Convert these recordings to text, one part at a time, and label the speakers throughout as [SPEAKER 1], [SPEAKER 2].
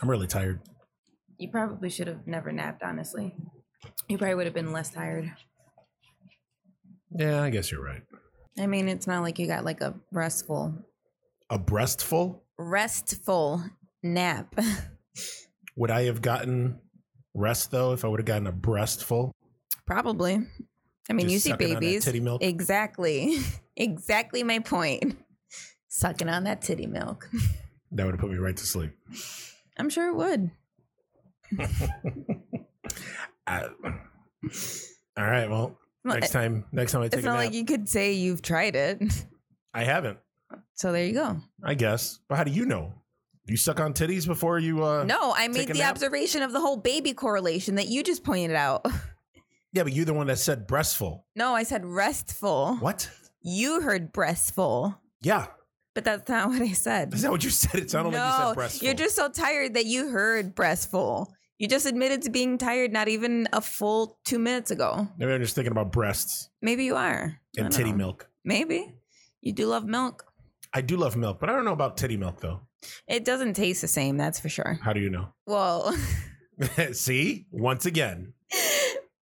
[SPEAKER 1] I'm really tired.
[SPEAKER 2] You probably should have never napped, honestly. You probably would have been less tired.
[SPEAKER 1] Yeah, I guess you're right.
[SPEAKER 2] I mean, it's not like you got like a restful,
[SPEAKER 1] A breastful?
[SPEAKER 2] restful nap.
[SPEAKER 1] Would I have gotten rest though if I would have gotten a breastful?
[SPEAKER 2] probably. I mean,
[SPEAKER 1] Just
[SPEAKER 2] you see
[SPEAKER 1] sucking on that
[SPEAKER 2] babies.
[SPEAKER 1] titty milk?
[SPEAKER 2] Exactly. exactly my point. Sucking on that titty milk.
[SPEAKER 1] That would have put me right to sleep.
[SPEAKER 2] I'm sure it would.
[SPEAKER 1] I- all right. Well,
[SPEAKER 2] Well,
[SPEAKER 1] next time, next time I take
[SPEAKER 2] It's
[SPEAKER 1] a nap,
[SPEAKER 2] not like you could say you've tried it.
[SPEAKER 1] I haven't.
[SPEAKER 2] So there you go.
[SPEAKER 1] I guess. But how do you know? You suck on titties before you? uh
[SPEAKER 2] No, I
[SPEAKER 1] take
[SPEAKER 2] made
[SPEAKER 1] a
[SPEAKER 2] the
[SPEAKER 1] nap?
[SPEAKER 2] observation of the whole baby correlation that you just pointed out.
[SPEAKER 1] Yeah, but you're the one that said breastful.
[SPEAKER 2] No, I said restful.
[SPEAKER 1] What?
[SPEAKER 2] You heard breastful,
[SPEAKER 1] Yeah,
[SPEAKER 2] but that's not what I said.
[SPEAKER 1] is that what you said? It sounded like you said breastful.
[SPEAKER 2] are just so tired that you heard breastful. You just admitted to being tired not even a full two minutes ago.
[SPEAKER 1] Maybe I'm just thinking about breasts
[SPEAKER 2] Maybe you are. I
[SPEAKER 1] and
[SPEAKER 2] don't
[SPEAKER 1] titty
[SPEAKER 2] know.
[SPEAKER 1] milk.
[SPEAKER 2] Maybe. You do love milk.
[SPEAKER 1] I do love milk, but I don't know about titty milk though.
[SPEAKER 2] It doesn't taste the same, that's for sure.
[SPEAKER 1] How do you know?
[SPEAKER 2] Well,
[SPEAKER 1] See, once again,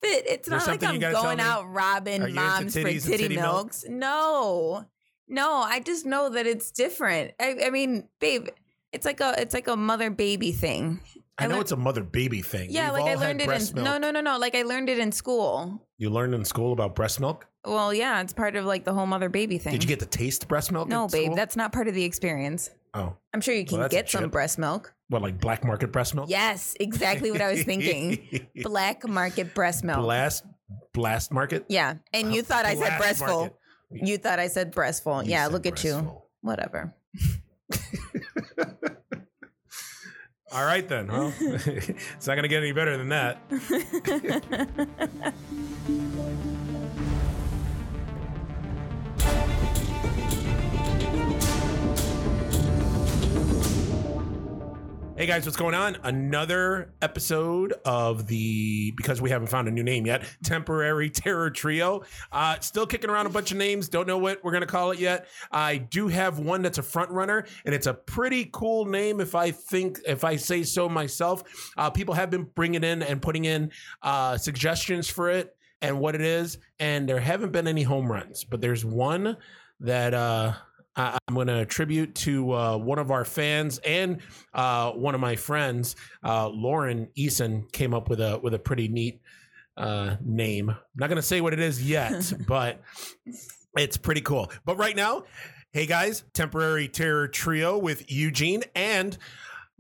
[SPEAKER 2] But it's
[SPEAKER 1] There's
[SPEAKER 2] not like
[SPEAKER 1] something you gotta
[SPEAKER 2] I'm
[SPEAKER 1] tell
[SPEAKER 2] going
[SPEAKER 1] me?
[SPEAKER 2] out
[SPEAKER 1] Are you
[SPEAKER 2] robbing
[SPEAKER 1] into
[SPEAKER 2] moms for
[SPEAKER 1] titties
[SPEAKER 2] titty,
[SPEAKER 1] and titty milk?
[SPEAKER 2] milks. No, no. I just know that it's different. I, I mean, babe, it's like a it's like a mother baby thing.
[SPEAKER 1] I,
[SPEAKER 2] I
[SPEAKER 1] know
[SPEAKER 2] learned-
[SPEAKER 1] it's a mother baby thing.
[SPEAKER 2] Yeah,
[SPEAKER 1] We've
[SPEAKER 2] like
[SPEAKER 1] all
[SPEAKER 2] I
[SPEAKER 1] had
[SPEAKER 2] learned it
[SPEAKER 1] breast
[SPEAKER 2] in
[SPEAKER 1] milk.
[SPEAKER 2] no no no no. Like I learned it in school.
[SPEAKER 1] You learned in school about breast milk.
[SPEAKER 2] Well, yeah, it's part of like the whole mother baby thing.
[SPEAKER 1] Did you get to taste breast milk?
[SPEAKER 2] No,
[SPEAKER 1] in
[SPEAKER 2] babe,
[SPEAKER 1] school?
[SPEAKER 2] that's not part of the experience.
[SPEAKER 1] oh,
[SPEAKER 2] I'm sure you can
[SPEAKER 1] that's a
[SPEAKER 2] get some
[SPEAKER 1] chip.
[SPEAKER 2] breast milk.
[SPEAKER 1] what like black market breast milk?
[SPEAKER 2] Yes, exactly what I was thinking. Black market breast milk.
[SPEAKER 1] blast, blast market.
[SPEAKER 2] Yeah, and you thought I said
[SPEAKER 1] Blast
[SPEAKER 2] breastful.
[SPEAKER 1] market.
[SPEAKER 2] You thought I said breastful.
[SPEAKER 1] You
[SPEAKER 2] yeah,
[SPEAKER 1] said
[SPEAKER 2] look at you.
[SPEAKER 1] breastful.
[SPEAKER 2] Whatever.
[SPEAKER 1] All right then. Well, it's not gonna get any better than that. Hey guys, what's going on? Another episode of the because we haven't found a new name yet. Temporary Terror Trio. Uh, still kicking around a bunch of names. Don't know what we're gonna call it yet. I do have one that's a front runner, and it's a pretty cool name if I think if I say so myself. Uh, people have been bringing in and putting in uh, suggestions for it and what it is, and there haven't been any home runs, but there's one that. Uh, I- I'm going to attribute to uh, one of our fans and uh, one of my friends, uh, Lauren Eason, came up with a with a pretty neat uh, name. I'm not going to say what it is yet, but it's pretty cool. But right now, hey guys, temporary terror trio with Eugene and.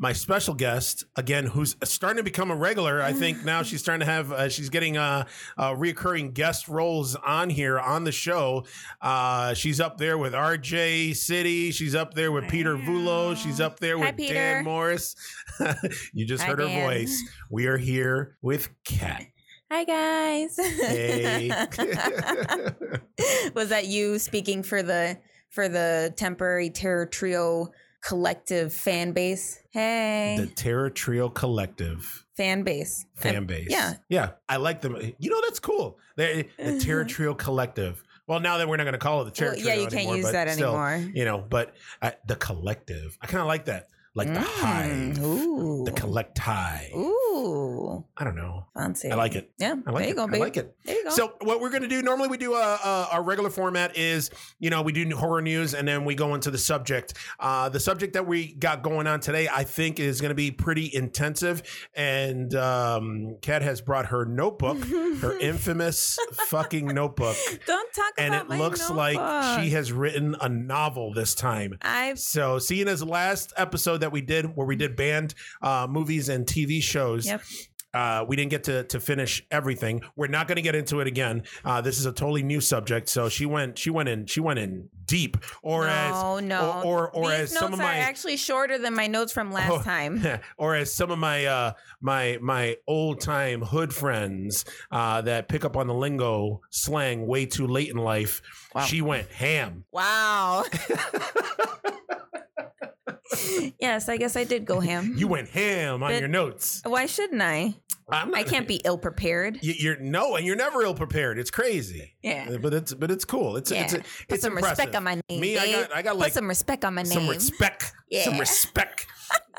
[SPEAKER 1] My special guest again, who's starting to become a regular. I think now she's starting to have, uh, she's getting uh, uh, reoccurring guest roles on here on the show. Uh, she's up there with RJ City. She's up there with Peter Vulo. She's up there with
[SPEAKER 2] Hi, Peter.
[SPEAKER 1] Dan Morris. you just
[SPEAKER 2] Hi,
[SPEAKER 1] heard her
[SPEAKER 2] Dan.
[SPEAKER 1] voice. We are here with Kat.
[SPEAKER 2] Hi guys.
[SPEAKER 1] Hey.
[SPEAKER 2] Was that you speaking for the for the temporary terror trio collective fan base? Hey,
[SPEAKER 1] the Terror Trio Collective
[SPEAKER 2] fan base.
[SPEAKER 1] fan base.
[SPEAKER 2] Uh, yeah.
[SPEAKER 1] Yeah. I like them. You know, that's cool. They, the Terror Trio Collective. Well, now that we're not going to call it the Terror
[SPEAKER 2] Well,
[SPEAKER 1] Trio
[SPEAKER 2] yeah, you can't
[SPEAKER 1] anymore,
[SPEAKER 2] use
[SPEAKER 1] but
[SPEAKER 2] that
[SPEAKER 1] still,
[SPEAKER 2] anymore.
[SPEAKER 1] You know, but uh, the collective. I kind of like that. Like the
[SPEAKER 2] Mm,
[SPEAKER 1] hive.
[SPEAKER 2] Ooh.
[SPEAKER 1] The collect high.
[SPEAKER 2] Ooh.
[SPEAKER 1] I don't know.
[SPEAKER 2] Fancy.
[SPEAKER 1] I like it.
[SPEAKER 2] Yeah.
[SPEAKER 1] I like
[SPEAKER 2] there you
[SPEAKER 1] it.
[SPEAKER 2] go,
[SPEAKER 1] I
[SPEAKER 2] babe.
[SPEAKER 1] like it.
[SPEAKER 2] There you go.
[SPEAKER 1] So what we're going to do normally we do a, a our regular format is you know we do horror news and then we go into the subject. Uh, the subject that we got going on today I think is going to be pretty intensive and um, Kat has brought her notebook, her infamous fucking notebook,
[SPEAKER 2] Don't talk
[SPEAKER 1] and
[SPEAKER 2] about
[SPEAKER 1] it
[SPEAKER 2] my
[SPEAKER 1] looks like
[SPEAKER 2] notebook.
[SPEAKER 1] she has written a novel this time.
[SPEAKER 2] I
[SPEAKER 1] So, seeing as last episode that we did, where we did banned uh, movies and TV shows,
[SPEAKER 2] Yep.
[SPEAKER 1] uh, we didn't get to to finish everything. We're not going to get into it again. Uh, this is a totally new subject. So she went, she went in, she went in deep, or
[SPEAKER 2] no,
[SPEAKER 1] as
[SPEAKER 2] no.
[SPEAKER 1] or or, or
[SPEAKER 2] These
[SPEAKER 1] as
[SPEAKER 2] notes
[SPEAKER 1] some of
[SPEAKER 2] are
[SPEAKER 1] my.
[SPEAKER 2] actually shorter than my notes from last
[SPEAKER 1] Oh.
[SPEAKER 2] time.
[SPEAKER 1] or as some of my uh, my my old time hood friends uh, that pick up on the lingo slang way too late in life,
[SPEAKER 2] Wow.
[SPEAKER 1] she went ham.
[SPEAKER 2] Wow. yes, I guess I did go ham.
[SPEAKER 1] You went ham on
[SPEAKER 2] But-
[SPEAKER 1] your notes.
[SPEAKER 2] Why shouldn't I?
[SPEAKER 1] I'm not
[SPEAKER 2] I can't be ill prepared.
[SPEAKER 1] You- You're no, and you're never ill prepared. It's crazy.
[SPEAKER 2] Yeah.
[SPEAKER 1] but it's but it's cool. It's
[SPEAKER 2] Yeah.
[SPEAKER 1] it's it's,
[SPEAKER 2] Put some
[SPEAKER 1] impressive.
[SPEAKER 2] respect on my name.
[SPEAKER 1] Me, I
[SPEAKER 2] babe.
[SPEAKER 1] got I got
[SPEAKER 2] Put
[SPEAKER 1] like
[SPEAKER 2] some respect on my name.
[SPEAKER 1] some respect,
[SPEAKER 2] Yeah.
[SPEAKER 1] some respect.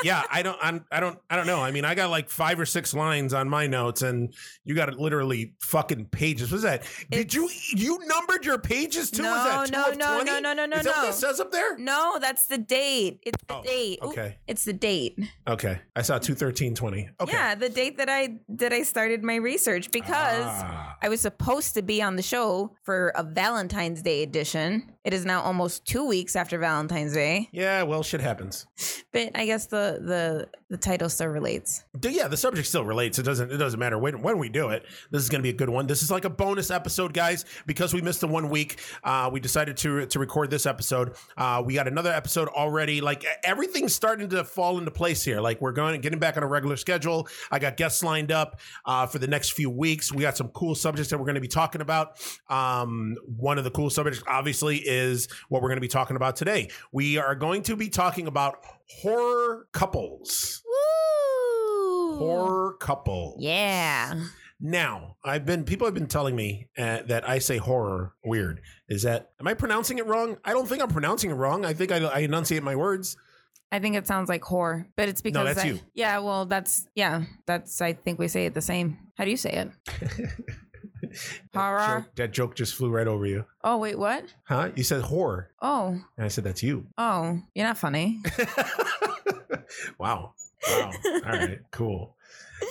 [SPEAKER 1] yeah, I don't, I'm, I don't, I don't know. I mean, I got like five or six lines on my notes, and you got literally fucking pages. What's that? Did you you numbered your pages too?
[SPEAKER 2] No,
[SPEAKER 1] Is that
[SPEAKER 2] no,
[SPEAKER 1] 12,
[SPEAKER 2] no,
[SPEAKER 1] 20?
[SPEAKER 2] no, no, no, no,
[SPEAKER 1] Is that what
[SPEAKER 2] no.
[SPEAKER 1] it says up there?
[SPEAKER 2] No, that's the date. It's the
[SPEAKER 1] Oh,
[SPEAKER 2] date. Ooh,
[SPEAKER 1] okay.
[SPEAKER 2] It's the date.
[SPEAKER 1] Okay, I saw two thirteen twenty. Okay,
[SPEAKER 2] Yeah, the date that I that I started my research because
[SPEAKER 1] Ah.
[SPEAKER 2] I was supposed to be on the show for a Valentine's Day edition. It is now almost 2 weeks after Valentine's Day,
[SPEAKER 1] yeah, well, shit happens.
[SPEAKER 2] but I guess the the the title still relates.
[SPEAKER 1] D- yeah, the subject still relates. It doesn't. It doesn't matter when, when we do it. This is going to be a good one. This is like a bonus episode, guys, because we missed the one week. Uh, we decided to to record this episode. Uh, we got another episode already. Like e- everything's starting to fall into place here. Like we're going getting back on a regular schedule. I got guests lined up uh, for the next few weeks. We got some cool subjects that we're going to be talking about. Um, one of the cool subjects, obviously, is what we're going to be talking about today. We are going to be talking about horror couples
[SPEAKER 2] Woo!
[SPEAKER 1] horror couple.
[SPEAKER 2] Yeah.
[SPEAKER 1] Now, I've been people have been telling me uh, that I say horror weird. Is that am I pronouncing it wrong? I don't think I'm pronouncing it wrong. I think I, I enunciate my words.
[SPEAKER 2] I think it sounds like whore, but it's because
[SPEAKER 1] that's
[SPEAKER 2] I-
[SPEAKER 1] you.
[SPEAKER 2] Yeah, well, that's yeah, that's I think we say it the same. How do you say it? Horror.
[SPEAKER 1] Joke- that joke just flew right over you.
[SPEAKER 2] Oh wait, what?
[SPEAKER 1] Huh? You said horror,
[SPEAKER 2] Oh,
[SPEAKER 1] and I said that's you.
[SPEAKER 2] oh, you're not funny.
[SPEAKER 1] wow. Wow. All right. Cool.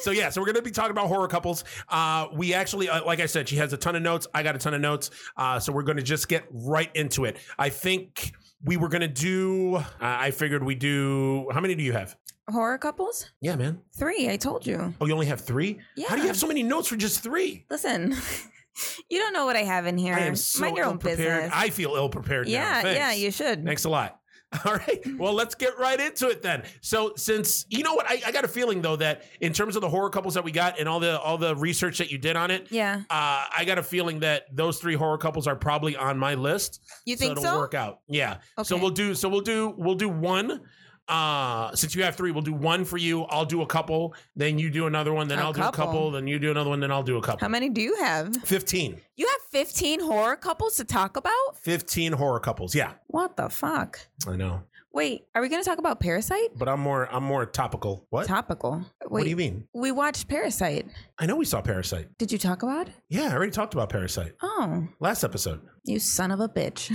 [SPEAKER 1] So yeah, so we're gonna be talking about horror couples. Uh, we actually, uh, like I said, she has a ton of notes. I got a ton of notes. Uh, so we're gonna just get right into it. I think we were gonna do. Uh, I figured we do. How many do you have?
[SPEAKER 2] Horror couples?
[SPEAKER 1] Yeah, man.
[SPEAKER 2] Three, I told you.
[SPEAKER 1] Oh, you only have three.
[SPEAKER 2] Yeah.
[SPEAKER 1] How do you have so many notes for just three?
[SPEAKER 2] Listen, you don't know what I have in here.
[SPEAKER 1] I am so
[SPEAKER 2] Mind your own
[SPEAKER 1] ill-prepared.
[SPEAKER 2] business.
[SPEAKER 1] I feel ill prepared.
[SPEAKER 2] yeah,
[SPEAKER 1] now. Thanks.
[SPEAKER 2] yeah, you should.
[SPEAKER 1] Thanks a lot. All right. Well, let's get right into it then. So, since you know what, I, I got a feeling though that in terms of the horror couples that we got and all the all the research that you did on it,
[SPEAKER 2] Yeah,
[SPEAKER 1] uh, I got a feeling that those three horror couples are probably on my list.
[SPEAKER 2] you think
[SPEAKER 1] it'll
[SPEAKER 2] so?
[SPEAKER 1] work out. Yeah. So
[SPEAKER 2] Okay.
[SPEAKER 1] we'll do. So we'll do. We'll do one. Uh, since you have three, we'll do one for you. I'll do a couple. Then you do another one. Then
[SPEAKER 2] A
[SPEAKER 1] I'll do
[SPEAKER 2] couple.
[SPEAKER 1] a couple. Then you do another one. Then I'll do a couple.
[SPEAKER 2] How many do you have?
[SPEAKER 1] 15.
[SPEAKER 2] You have 15 horror couples to talk about?
[SPEAKER 1] 15 horror couples. Yeah,
[SPEAKER 2] What the fuck?
[SPEAKER 1] I know.
[SPEAKER 2] Wait, are we going to talk about Parasite?
[SPEAKER 1] But I'm more. I'm more topical. What?
[SPEAKER 2] Topical. Wait,
[SPEAKER 1] What do you mean?
[SPEAKER 2] we watched Parasite.
[SPEAKER 1] I know we saw Parasite.
[SPEAKER 2] Did you talk about it?
[SPEAKER 1] Yeah, I already talked about Parasite
[SPEAKER 2] Oh,
[SPEAKER 1] last episode.
[SPEAKER 2] you son of a bitch.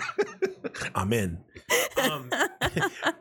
[SPEAKER 1] I'm in. Um,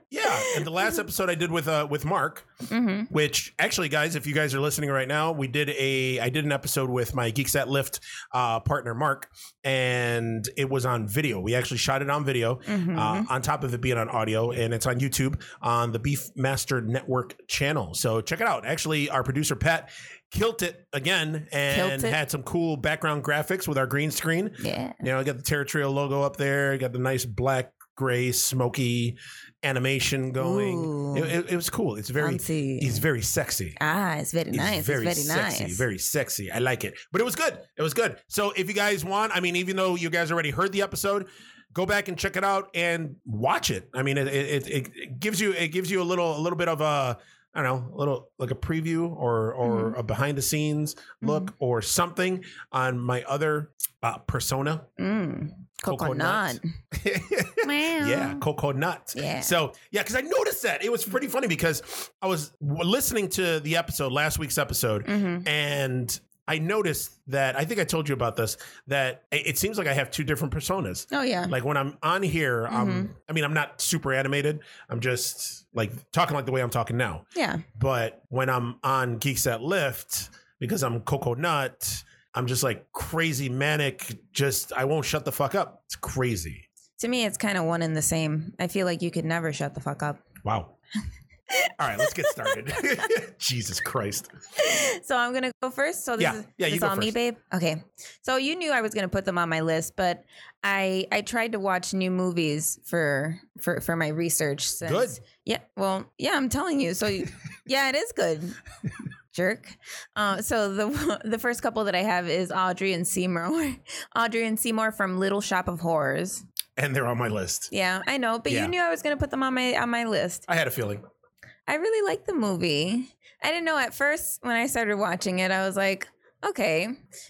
[SPEAKER 1] yeah, and the last episode I did with uh, with Mark,
[SPEAKER 2] hmm
[SPEAKER 1] which actually, guys, if you guys are listening right now, we did a I did an episode with my Geeks at Lyft uh, partner Mark, and it was on video. We actually shot it on video.
[SPEAKER 2] hmm
[SPEAKER 1] uh, on top of it being on audio, and it's on YouTube on the Beefmaster Network channel. So check it out. Actually, our producer Pat kilt it again and
[SPEAKER 2] Kilt it.
[SPEAKER 1] had some cool background graphics with our green screen.
[SPEAKER 2] yeah.
[SPEAKER 1] You know, I got the Terra Trail logo up there. Got the nice black, gray, smoky animation going.
[SPEAKER 2] Ooh.
[SPEAKER 1] It, it- it was cool. It's very,
[SPEAKER 2] Fancy.
[SPEAKER 1] it's very sexy.
[SPEAKER 2] ah, it's very nice. It's very,
[SPEAKER 1] sexy,
[SPEAKER 2] nice.
[SPEAKER 1] very sexy. I like it. But it was good. It was good. So if you guys want, I mean, even though you guys already heard the episode, go back and check it out and watch it. I mean, it it, it, it gives you it gives you a little a little bit of a I don't know, a little like a preview or or
[SPEAKER 2] Mm-hmm.
[SPEAKER 1] a behind the scenes look or something on my other uh, persona.
[SPEAKER 2] Mm. Coconut.
[SPEAKER 1] yeah, cocoa nuts.
[SPEAKER 2] Yeah.
[SPEAKER 1] So yeah, because I noticed that it was pretty funny because I was w- listening to the episode last week's episode,
[SPEAKER 2] hmm
[SPEAKER 1] and I noticed that I think I told you about this that it it seems like I have two different personas.
[SPEAKER 2] Oh, yeah.
[SPEAKER 1] Like when I'm on here, I'm, I mean, I'm not super animated. I'm just like talking like the way I'm talking now.
[SPEAKER 2] yeah.
[SPEAKER 1] But when I'm on Geeks at Lyft, because I'm Coco Nut, I'm just like crazy manic. Just I won't shut the fuck up. It's crazy.
[SPEAKER 2] To me, it's kind of one and the same. I feel like you could never shut the fuck up.
[SPEAKER 1] Wow. All right, let's get started. Jesus Christ.
[SPEAKER 2] So I'm gonna go first. So this
[SPEAKER 1] Yeah.
[SPEAKER 2] is
[SPEAKER 1] Yeah, you
[SPEAKER 2] this
[SPEAKER 1] go
[SPEAKER 2] on me,
[SPEAKER 1] first.
[SPEAKER 2] babe. Okay. So you knew I was gonna put them on my list, but I I tried to watch new movies for for for my research. Since,
[SPEAKER 1] Good.
[SPEAKER 2] Yeah. Well, yeah. I'm telling you. So yeah, it is good. Jerk. Uh, so the the first couple that I have is Audrey and Seymour. Audrey and Seymour from Little Shop of Horrors.
[SPEAKER 1] And they're on my list.
[SPEAKER 2] Yeah, I know, but
[SPEAKER 1] Yeah.
[SPEAKER 2] you knew I was gonna put them on my on my list.
[SPEAKER 1] I had a feeling.
[SPEAKER 2] I really like the movie. I didn't know at first when I started watching it, I was like, okay.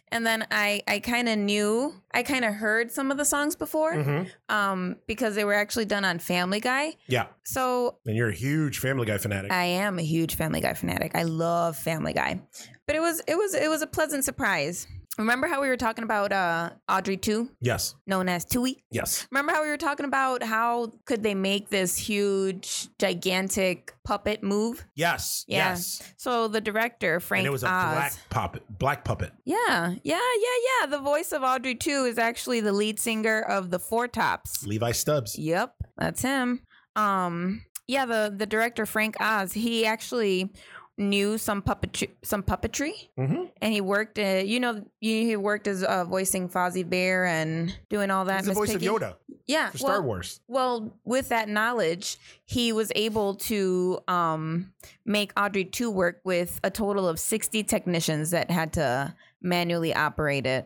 [SPEAKER 2] And then I I kind of knew I kind of heard some of the songs before
[SPEAKER 1] Mhm.
[SPEAKER 2] um because they were actually done on Family Guy.
[SPEAKER 1] Yeah.
[SPEAKER 2] So
[SPEAKER 1] And you're a huge Family Guy fanatic.
[SPEAKER 2] I am a huge Family Guy fanatic. I love Family Guy, but it was it was it was a pleasant surprise. Remember how we were talking about uh Audrey Two,
[SPEAKER 1] yes.
[SPEAKER 2] known as Tui?
[SPEAKER 1] Yes.
[SPEAKER 2] Remember how we were talking about how could they make this huge, gigantic puppet move?
[SPEAKER 1] Yes.
[SPEAKER 2] Yeah.
[SPEAKER 1] Yes.
[SPEAKER 2] So the director Frank
[SPEAKER 1] and it was a
[SPEAKER 2] Oz,
[SPEAKER 1] black puppet. Black puppet.
[SPEAKER 2] yeah, yeah, yeah, yeah. The voice of Audrey Two is actually the lead singer of the Four Tops.
[SPEAKER 1] Levi Stubbs.
[SPEAKER 2] Yep, that's him. Um, yeah, the the director Frank Oz, he actually knew some puppetry, some puppetry,
[SPEAKER 1] Mm-hmm.
[SPEAKER 2] and he worked. Uh, you know, he he worked as uh, voicing Fozzie Bear and doing all that.
[SPEAKER 1] He's the
[SPEAKER 2] Miss
[SPEAKER 1] voice
[SPEAKER 2] Piggy.
[SPEAKER 1] of Yoda
[SPEAKER 2] Yeah,
[SPEAKER 1] for
[SPEAKER 2] well,
[SPEAKER 1] Star Wars.
[SPEAKER 2] Well, with that knowledge, he was able to um, make Audrey 2 work with a total of 60 technicians that had to manually operate it.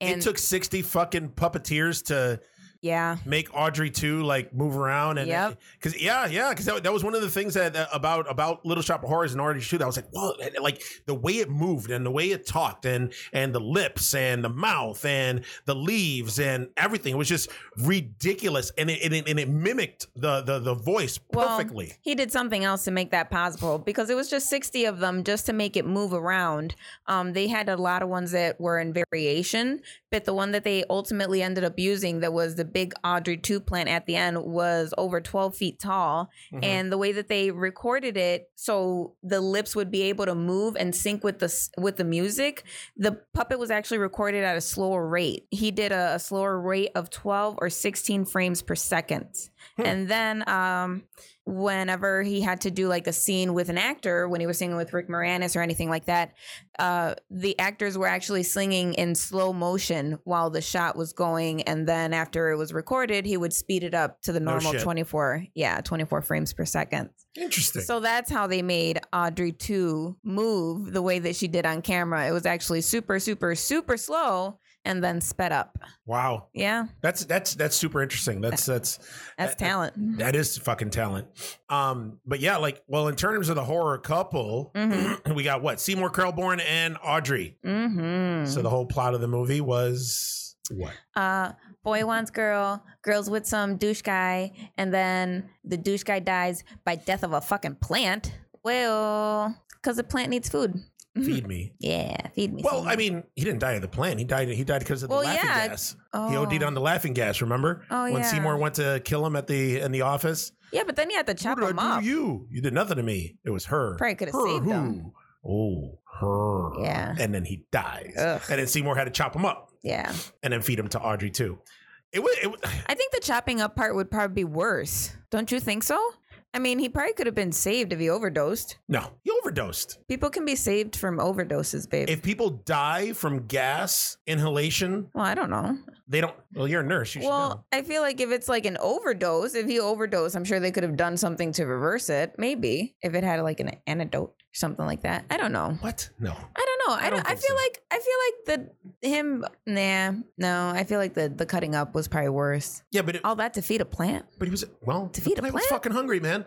[SPEAKER 2] And
[SPEAKER 1] it took 60 fucking puppeteers to
[SPEAKER 2] yeah,
[SPEAKER 1] make Audrey 2 like move around and
[SPEAKER 2] Yep.
[SPEAKER 1] cuz yeah yeah cuz that, that was one of the things that that- about about Little Shop of Horrors and Audrey 2 that I was like whoa and, like the way it moved and the way it talked and and the lips and the mouth and the leaves and everything it was just ridiculous and it and it, and it mimicked the the the voice
[SPEAKER 2] Well,
[SPEAKER 1] perfectly
[SPEAKER 2] he did something else to make that possible because it was just 60 of them just to make it move around. Um, they had a lot of ones that were in variation, but the one that they ultimately ended up using that was the big Audrey 2 plant at the end was over 12 feet tall.
[SPEAKER 1] Mhm.
[SPEAKER 2] and the way that they recorded it so the lips would be able to move and sync with the s- with the music the puppet was actually recorded at a slower rate he did a, a slower rate of 12 or 16 frames per second
[SPEAKER 1] Hmm.
[SPEAKER 2] and then um whenever he had to do like a scene with an actor when he was singing with rick moranis or anything like that uh the actors were actually singing in slow motion while the shot was going and then after it was recorded he would speed it up to the
[SPEAKER 1] No
[SPEAKER 2] normal
[SPEAKER 1] shit.
[SPEAKER 2] 24 yeah 24 frames per second
[SPEAKER 1] interesting
[SPEAKER 2] so that's how they made audrey 2 move the way that she did on camera it was actually super super super slow and then sped up
[SPEAKER 1] wow
[SPEAKER 2] yeah
[SPEAKER 1] that's that's that's super interesting that's that's
[SPEAKER 2] that's
[SPEAKER 1] Uh,
[SPEAKER 2] talent
[SPEAKER 1] That is fucking talent. Um, but yeah, like, well, in terms of the horror couple,
[SPEAKER 2] Mhm.
[SPEAKER 1] we got what? Seymour Krelborn and Audrey.
[SPEAKER 2] mm-hmm
[SPEAKER 1] So the whole plot of the movie was what?
[SPEAKER 2] uh boy wants girl girls with some douche guy and then the douche guy dies by death of a fucking plant well because the plant needs food
[SPEAKER 1] Feed me.
[SPEAKER 2] yeah feed me
[SPEAKER 1] Well,
[SPEAKER 2] some.
[SPEAKER 1] I mean, he didn't die of the plan. He died. He died because of the
[SPEAKER 2] Well,
[SPEAKER 1] laughing
[SPEAKER 2] yeah.
[SPEAKER 1] gas.
[SPEAKER 2] oh.
[SPEAKER 1] He OD'd on the laughing gas. Remember
[SPEAKER 2] Oh,
[SPEAKER 1] when
[SPEAKER 2] yeah.
[SPEAKER 1] Seymour went to kill him at the in the office?
[SPEAKER 2] yeah but then you have to chop
[SPEAKER 1] what did
[SPEAKER 2] him
[SPEAKER 1] I do
[SPEAKER 2] up
[SPEAKER 1] to you? You did nothing to me. It was her.
[SPEAKER 2] Probably could have
[SPEAKER 1] Her
[SPEAKER 2] saved
[SPEAKER 1] who?
[SPEAKER 2] him.
[SPEAKER 1] Oh, her.
[SPEAKER 2] Yeah.
[SPEAKER 1] And then he dies.
[SPEAKER 2] Ugh.
[SPEAKER 1] And then Seymour had to chop him up.
[SPEAKER 2] yeah
[SPEAKER 1] and then feed them to Audrey too. It was, it was
[SPEAKER 2] i think the chopping up part would probably be worse don't you think so i mean he probably could have been saved if he overdosed
[SPEAKER 1] no, he overdosed.
[SPEAKER 2] people can be saved from overdoses babe
[SPEAKER 1] If people die from gas inhalation,
[SPEAKER 2] well i don't know
[SPEAKER 1] they don't. Well, you're a nurse. You
[SPEAKER 2] Well,
[SPEAKER 1] should know.
[SPEAKER 2] I feel like if it's like an overdose, if he overdosed, I'm sure they could have done something to reverse it. Maybe if it had like an antidote or something like that. I don't know.
[SPEAKER 1] What? No.
[SPEAKER 2] I don't know. I,
[SPEAKER 1] I
[SPEAKER 2] don't.
[SPEAKER 1] don't
[SPEAKER 2] I
[SPEAKER 1] think
[SPEAKER 2] feel
[SPEAKER 1] so.
[SPEAKER 2] like I feel like the him. Nah, no. I feel like the the cutting up was probably worse.
[SPEAKER 1] Yeah, but it,
[SPEAKER 2] All that to feed a plant.
[SPEAKER 1] but he was well.
[SPEAKER 2] To feed a
[SPEAKER 1] the plant was
[SPEAKER 2] plant?
[SPEAKER 1] fucking hungry, man.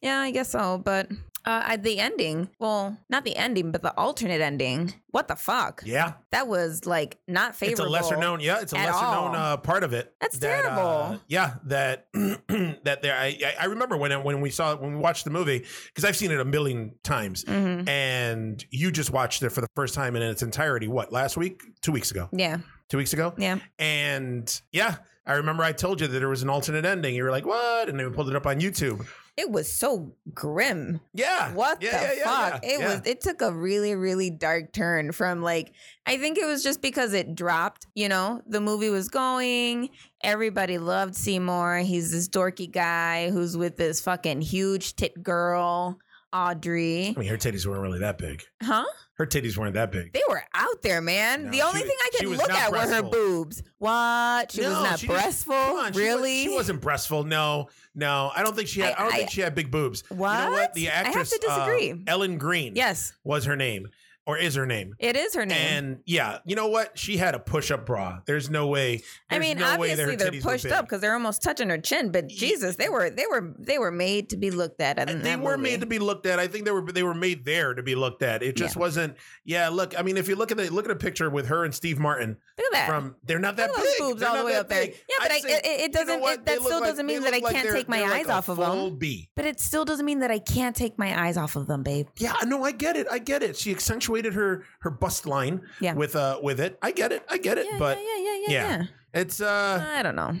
[SPEAKER 2] Yeah, I guess so. But uh, at the ending, well, not the ending, but the alternate ending. What the fuck?
[SPEAKER 1] Yeah,
[SPEAKER 2] That was like not
[SPEAKER 1] it's a
[SPEAKER 2] favorable.
[SPEAKER 1] lesser known. Yeah, it's a
[SPEAKER 2] at
[SPEAKER 1] lesser known
[SPEAKER 2] all.
[SPEAKER 1] uh, part of it.
[SPEAKER 2] That's
[SPEAKER 1] that, uh,
[SPEAKER 2] terrible.
[SPEAKER 1] yeah, that that there. I I- I remember when I- when we saw it when we watched the movie because I've seen it a million times.
[SPEAKER 2] Mhm.
[SPEAKER 1] And you just watched it for the first time in its entirety. What last week? Two weeks ago?
[SPEAKER 2] Yeah,
[SPEAKER 1] Two weeks ago?
[SPEAKER 2] yeah.
[SPEAKER 1] And yeah, I remember I told you that there was an alternate ending. You were like, "What?" And then we pulled it up on YouTube.
[SPEAKER 2] It was so grim.
[SPEAKER 1] Yeah.
[SPEAKER 2] what
[SPEAKER 1] Yeah,
[SPEAKER 2] the
[SPEAKER 1] yeah, yeah,
[SPEAKER 2] fuck
[SPEAKER 1] yeah,
[SPEAKER 2] it
[SPEAKER 1] yeah.
[SPEAKER 2] was it took a really really dark turn from like i think it was just because it dropped you know the movie was going everybody loved seymour he's this dorky guy who's with this fucking huge tit girl audrey
[SPEAKER 1] I mean, her titties weren't really that big.
[SPEAKER 2] huh
[SPEAKER 1] Her titties weren't that big.
[SPEAKER 2] they were out there man
[SPEAKER 1] No,
[SPEAKER 2] the only
[SPEAKER 1] she-
[SPEAKER 2] thing i
[SPEAKER 1] she
[SPEAKER 2] could
[SPEAKER 1] was
[SPEAKER 2] look
[SPEAKER 1] not
[SPEAKER 2] at were her
[SPEAKER 1] breastful.
[SPEAKER 2] boobs what she was
[SPEAKER 1] No,
[SPEAKER 2] not
[SPEAKER 1] she didn't-
[SPEAKER 2] breastful
[SPEAKER 1] Come on, she wa-
[SPEAKER 2] Oh, really
[SPEAKER 1] She, wasn't breastful. No, no. I don't think she had. I,
[SPEAKER 2] I-
[SPEAKER 1] don't
[SPEAKER 2] I-
[SPEAKER 1] think she had big boobs.
[SPEAKER 2] what?
[SPEAKER 1] You know what? The
[SPEAKER 2] I have
[SPEAKER 1] actress
[SPEAKER 2] to
[SPEAKER 1] uh,
[SPEAKER 2] disagree.
[SPEAKER 1] Ellen Green
[SPEAKER 2] yes
[SPEAKER 1] was her name, or is her name.
[SPEAKER 2] It is her name.
[SPEAKER 1] And yeah, you know what? She had a push-up bra. There's no way.
[SPEAKER 2] I
[SPEAKER 1] there's
[SPEAKER 2] mean,
[SPEAKER 1] no way that her
[SPEAKER 2] obviously they're
[SPEAKER 1] titties were
[SPEAKER 2] pushed
[SPEAKER 1] big.
[SPEAKER 2] up because they're almost touching her chin. But Jesus, they were they were they were made to be looked at. In
[SPEAKER 1] And they
[SPEAKER 2] that
[SPEAKER 1] were
[SPEAKER 2] movie.
[SPEAKER 1] made to be looked at. I think they were they were made there to be looked at. It just wasn't. Yeah, look. I mean, if you look at the look at a picture with her and Steve Martin
[SPEAKER 2] Look at that.
[SPEAKER 1] from, they're not that
[SPEAKER 2] Look at
[SPEAKER 1] big.
[SPEAKER 2] those boobs
[SPEAKER 1] They're
[SPEAKER 2] all the
[SPEAKER 1] not
[SPEAKER 2] way
[SPEAKER 1] that
[SPEAKER 2] up there.
[SPEAKER 1] big.
[SPEAKER 2] Yeah, but
[SPEAKER 1] I'd
[SPEAKER 2] I,
[SPEAKER 1] say,
[SPEAKER 2] it, it
[SPEAKER 1] you know
[SPEAKER 2] doesn't.
[SPEAKER 1] what?
[SPEAKER 2] it,
[SPEAKER 1] They
[SPEAKER 2] that
[SPEAKER 1] look
[SPEAKER 2] still
[SPEAKER 1] like-
[SPEAKER 2] doesn't
[SPEAKER 1] they
[SPEAKER 2] mean that
[SPEAKER 1] look
[SPEAKER 2] I
[SPEAKER 1] like
[SPEAKER 2] can't
[SPEAKER 1] they're-
[SPEAKER 2] take my
[SPEAKER 1] they're like
[SPEAKER 2] eyes
[SPEAKER 1] a
[SPEAKER 2] off of
[SPEAKER 1] full
[SPEAKER 2] them.
[SPEAKER 1] B.
[SPEAKER 2] But it's still doesn't mean that I can't take my eyes off of them, babe.
[SPEAKER 1] Yeah, no, I get it. I get it. She accentuated her her bust line
[SPEAKER 2] Yeah.
[SPEAKER 1] with uh with it. I get it. I get it.
[SPEAKER 2] Yeah,
[SPEAKER 1] but
[SPEAKER 2] yeah, yeah, yeah,
[SPEAKER 1] yeah.
[SPEAKER 2] yeah. yeah.
[SPEAKER 1] it's uh
[SPEAKER 2] I don't know.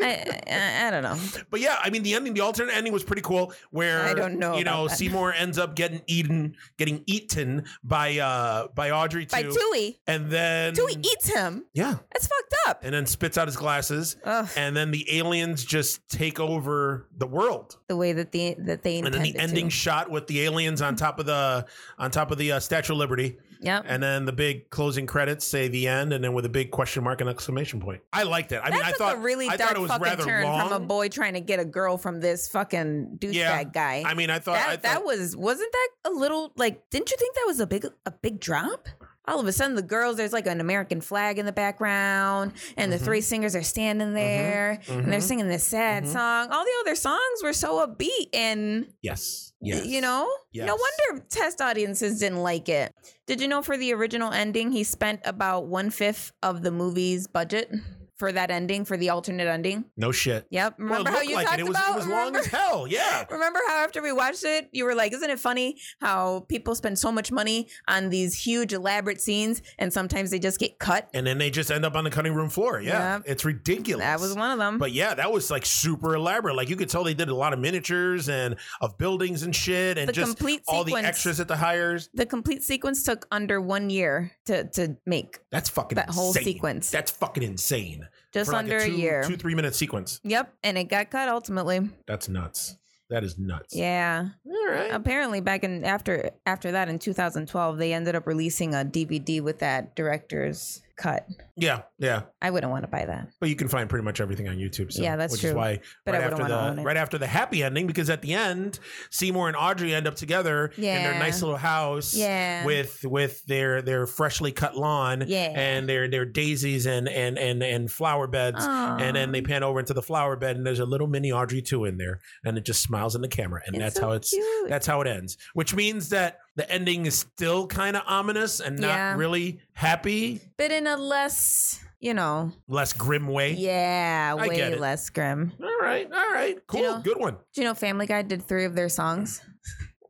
[SPEAKER 2] I, I I don't know.
[SPEAKER 1] but yeah, I mean the ending, the alternate ending was pretty cool where
[SPEAKER 2] I don't know
[SPEAKER 1] you
[SPEAKER 2] about
[SPEAKER 1] know,
[SPEAKER 2] that.
[SPEAKER 1] Seymour ends up getting eaten getting eaten by uh by Audrey
[SPEAKER 2] By e
[SPEAKER 1] too.
[SPEAKER 2] Tui,
[SPEAKER 1] and then
[SPEAKER 2] Tui eats him.
[SPEAKER 1] Yeah.
[SPEAKER 2] That's fucked up.
[SPEAKER 1] And then spits out his glasses.
[SPEAKER 2] Ugh,
[SPEAKER 1] And then the aliens just take over the world.
[SPEAKER 2] the way that the that they
[SPEAKER 1] And
[SPEAKER 2] intended
[SPEAKER 1] then the ending
[SPEAKER 2] to.
[SPEAKER 1] shot with the aliens on top of the on top of the uh, Statue of Liberty.
[SPEAKER 2] Yep.
[SPEAKER 1] And then the big closing credits say the end, and then with a big question mark and exclamation point. I liked it. I mean,
[SPEAKER 2] that
[SPEAKER 1] I
[SPEAKER 2] took
[SPEAKER 1] thought
[SPEAKER 2] a really
[SPEAKER 1] I
[SPEAKER 2] dark
[SPEAKER 1] thought it was
[SPEAKER 2] fucking
[SPEAKER 1] rather
[SPEAKER 2] turn
[SPEAKER 1] long.
[SPEAKER 2] from a boy trying to get a girl from this fucking douchebag
[SPEAKER 1] Yeah,
[SPEAKER 2] guy.
[SPEAKER 1] I mean, I thought
[SPEAKER 2] that
[SPEAKER 1] I thought
[SPEAKER 2] that was wasn't that a little like? Didn't you think that was a big a big drop? All of a sudden, the girls there's like an American flag in the background, and
[SPEAKER 1] Mm-hmm.
[SPEAKER 2] the three singers are standing there, and they're
[SPEAKER 1] mhm.
[SPEAKER 2] singing this sad
[SPEAKER 1] Mhm.
[SPEAKER 2] song. All the other songs were so upbeat, and
[SPEAKER 1] yes,
[SPEAKER 2] y-
[SPEAKER 1] yes,
[SPEAKER 2] you know, no
[SPEAKER 1] Yes.
[SPEAKER 2] wonder test audiences didn't like it. Did you know for the original ending, he spent about one fifth of the movie's budget for that ending for the alternate ending?
[SPEAKER 1] no shit.
[SPEAKER 2] Yep.
[SPEAKER 1] Well,
[SPEAKER 2] Remember
[SPEAKER 1] it
[SPEAKER 2] how
[SPEAKER 1] looked
[SPEAKER 2] you
[SPEAKER 1] like
[SPEAKER 2] talked
[SPEAKER 1] it. It was,
[SPEAKER 2] about
[SPEAKER 1] it was long
[SPEAKER 2] remember-
[SPEAKER 1] as hell. Yeah.
[SPEAKER 2] Remember how after we watched it, you were like, "Isn't it funny how people spend so much money on these huge elaborate scenes and sometimes they just get cut?"
[SPEAKER 1] And then they just end up on the cutting room floor. Yeah,
[SPEAKER 2] Yeah.
[SPEAKER 1] it's ridiculous.
[SPEAKER 2] That was one of them.
[SPEAKER 1] But yeah, that was like super elaborate. Like you could tell they did a lot of miniatures and of buildings and shit, and
[SPEAKER 2] the
[SPEAKER 1] just
[SPEAKER 2] complete
[SPEAKER 1] all
[SPEAKER 2] sequence,
[SPEAKER 1] the extras at the hires.
[SPEAKER 2] the complete sequence took under one year to to make.
[SPEAKER 1] That's fucking
[SPEAKER 2] That whole
[SPEAKER 1] insane.
[SPEAKER 2] sequence.
[SPEAKER 1] That's fucking insane.
[SPEAKER 2] Just
[SPEAKER 1] For like
[SPEAKER 2] under a,
[SPEAKER 1] a, two,
[SPEAKER 2] year.
[SPEAKER 1] two three minute sequence.
[SPEAKER 2] Yep, and it got cut ultimately.
[SPEAKER 1] That's nuts. That is nuts.
[SPEAKER 2] Yeah. Um,
[SPEAKER 1] All right.
[SPEAKER 2] Apparently, back in after after that in 2012, they ended up releasing a DVD with that director's cut.
[SPEAKER 1] yeah, yeah.
[SPEAKER 2] I wouldn't want to buy that.
[SPEAKER 1] But you can find pretty much everything on YouTube. So,
[SPEAKER 2] Yeah, that's
[SPEAKER 1] which Is
[SPEAKER 2] true.
[SPEAKER 1] why
[SPEAKER 2] But I
[SPEAKER 1] right
[SPEAKER 2] wouldn't
[SPEAKER 1] after
[SPEAKER 2] wanna own
[SPEAKER 1] the
[SPEAKER 2] it.
[SPEAKER 1] right after the happy ending, because at the end, Seymour and Audrey end up together in their
[SPEAKER 2] Yeah.
[SPEAKER 1] nice little house.
[SPEAKER 2] Yeah.
[SPEAKER 1] With with their their freshly cut lawn
[SPEAKER 2] Yeah.
[SPEAKER 1] and their their daisies and and and and flower beds.
[SPEAKER 2] Aw.
[SPEAKER 1] And then they pan over into the flower bed and there's a little mini Audrey too in there and it just smiles in the camera and that's
[SPEAKER 2] so
[SPEAKER 1] how it's
[SPEAKER 2] cute.
[SPEAKER 1] that's how it ends. Which means that the ending is still kind of ominous and not
[SPEAKER 2] Yeah.
[SPEAKER 1] really happy,
[SPEAKER 2] but in a less, you know,
[SPEAKER 1] less grim way.
[SPEAKER 2] yeah,
[SPEAKER 1] I get
[SPEAKER 2] way
[SPEAKER 1] it.
[SPEAKER 2] less grim.
[SPEAKER 1] All right, all right, cool,
[SPEAKER 2] know-
[SPEAKER 1] good one.
[SPEAKER 2] Do you know Family Guy did three of their songs?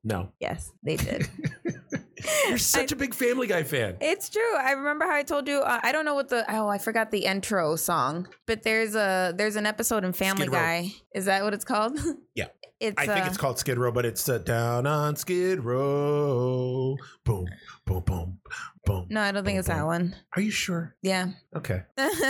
[SPEAKER 1] No,
[SPEAKER 2] Yes, they did.
[SPEAKER 1] you're such a big Family Guy fan.
[SPEAKER 2] it's true. I remember how I told you. Uh, I don't know what the oh, I forgot the intro song, but there's a there's an episode in Family
[SPEAKER 1] Skid Row.
[SPEAKER 2] Guy. Is that what it's called?
[SPEAKER 1] Yeah.
[SPEAKER 2] it's.
[SPEAKER 1] I think
[SPEAKER 2] uh,
[SPEAKER 1] it's called Skid Row, but it's uh, down on Skid Row. Boom, boom, boom, boom.
[SPEAKER 2] No, I don't think it's that one.
[SPEAKER 1] Are you sure?
[SPEAKER 2] Yeah.
[SPEAKER 1] Okay.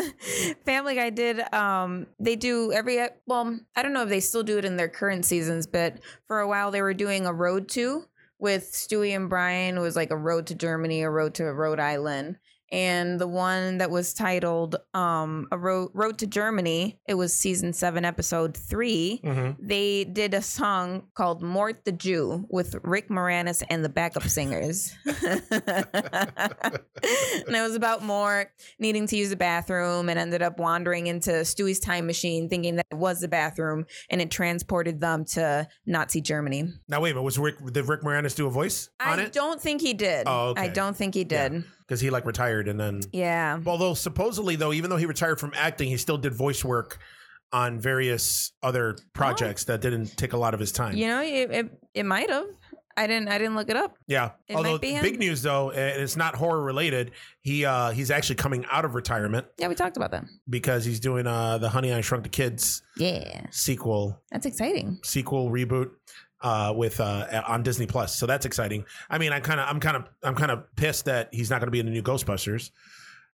[SPEAKER 2] Family Guy did. Um, they do every. ep- Well, I don't know if they still do it in their current seasons, but for a while they were doing a road to with Stewie and Brian. It was like a road to Germany, a road to Rhode Island, and the one that was titled um, "A Road Road to Germany." It was season seven, episode three.
[SPEAKER 1] Mm-hmm.
[SPEAKER 2] They did a song called "Mort the Jew" with Rick Moranis and the backup singers, and it was about Mort needing to use the bathroom and ended up wandering into Stewie's time machine, thinking that it was the bathroom, and it transported them to Nazi Germany.
[SPEAKER 1] Now wait a minute. Was Rick did Rick Moranis do a voice on
[SPEAKER 2] I
[SPEAKER 1] it?
[SPEAKER 2] don't think he did.
[SPEAKER 1] Oh, okay.
[SPEAKER 2] I don't think he did.
[SPEAKER 1] Because he like retired and then.
[SPEAKER 2] Yeah.
[SPEAKER 1] Although supposedly though, even though he retired from acting, he still did voice work on various other projects that didn't take a lot of his time.
[SPEAKER 2] You know, it it, it might have. I didn't. I didn't look it up.
[SPEAKER 1] Yeah.
[SPEAKER 2] It
[SPEAKER 1] Although
[SPEAKER 2] might be him.
[SPEAKER 1] big news though, and it's not horror related. He uh he's actually coming out of retirement
[SPEAKER 2] Yeah, we talked about that.
[SPEAKER 1] because he's doing uh the Honey I Shrunk the Kids
[SPEAKER 2] Yeah,
[SPEAKER 1] sequel
[SPEAKER 2] that's exciting.
[SPEAKER 1] sequel reboot uh with uh on Disney Plus. So that's exciting. I mean, I kind of I'm kind of I'm kind of pissed that he's not going to be in the new Ghostbusters.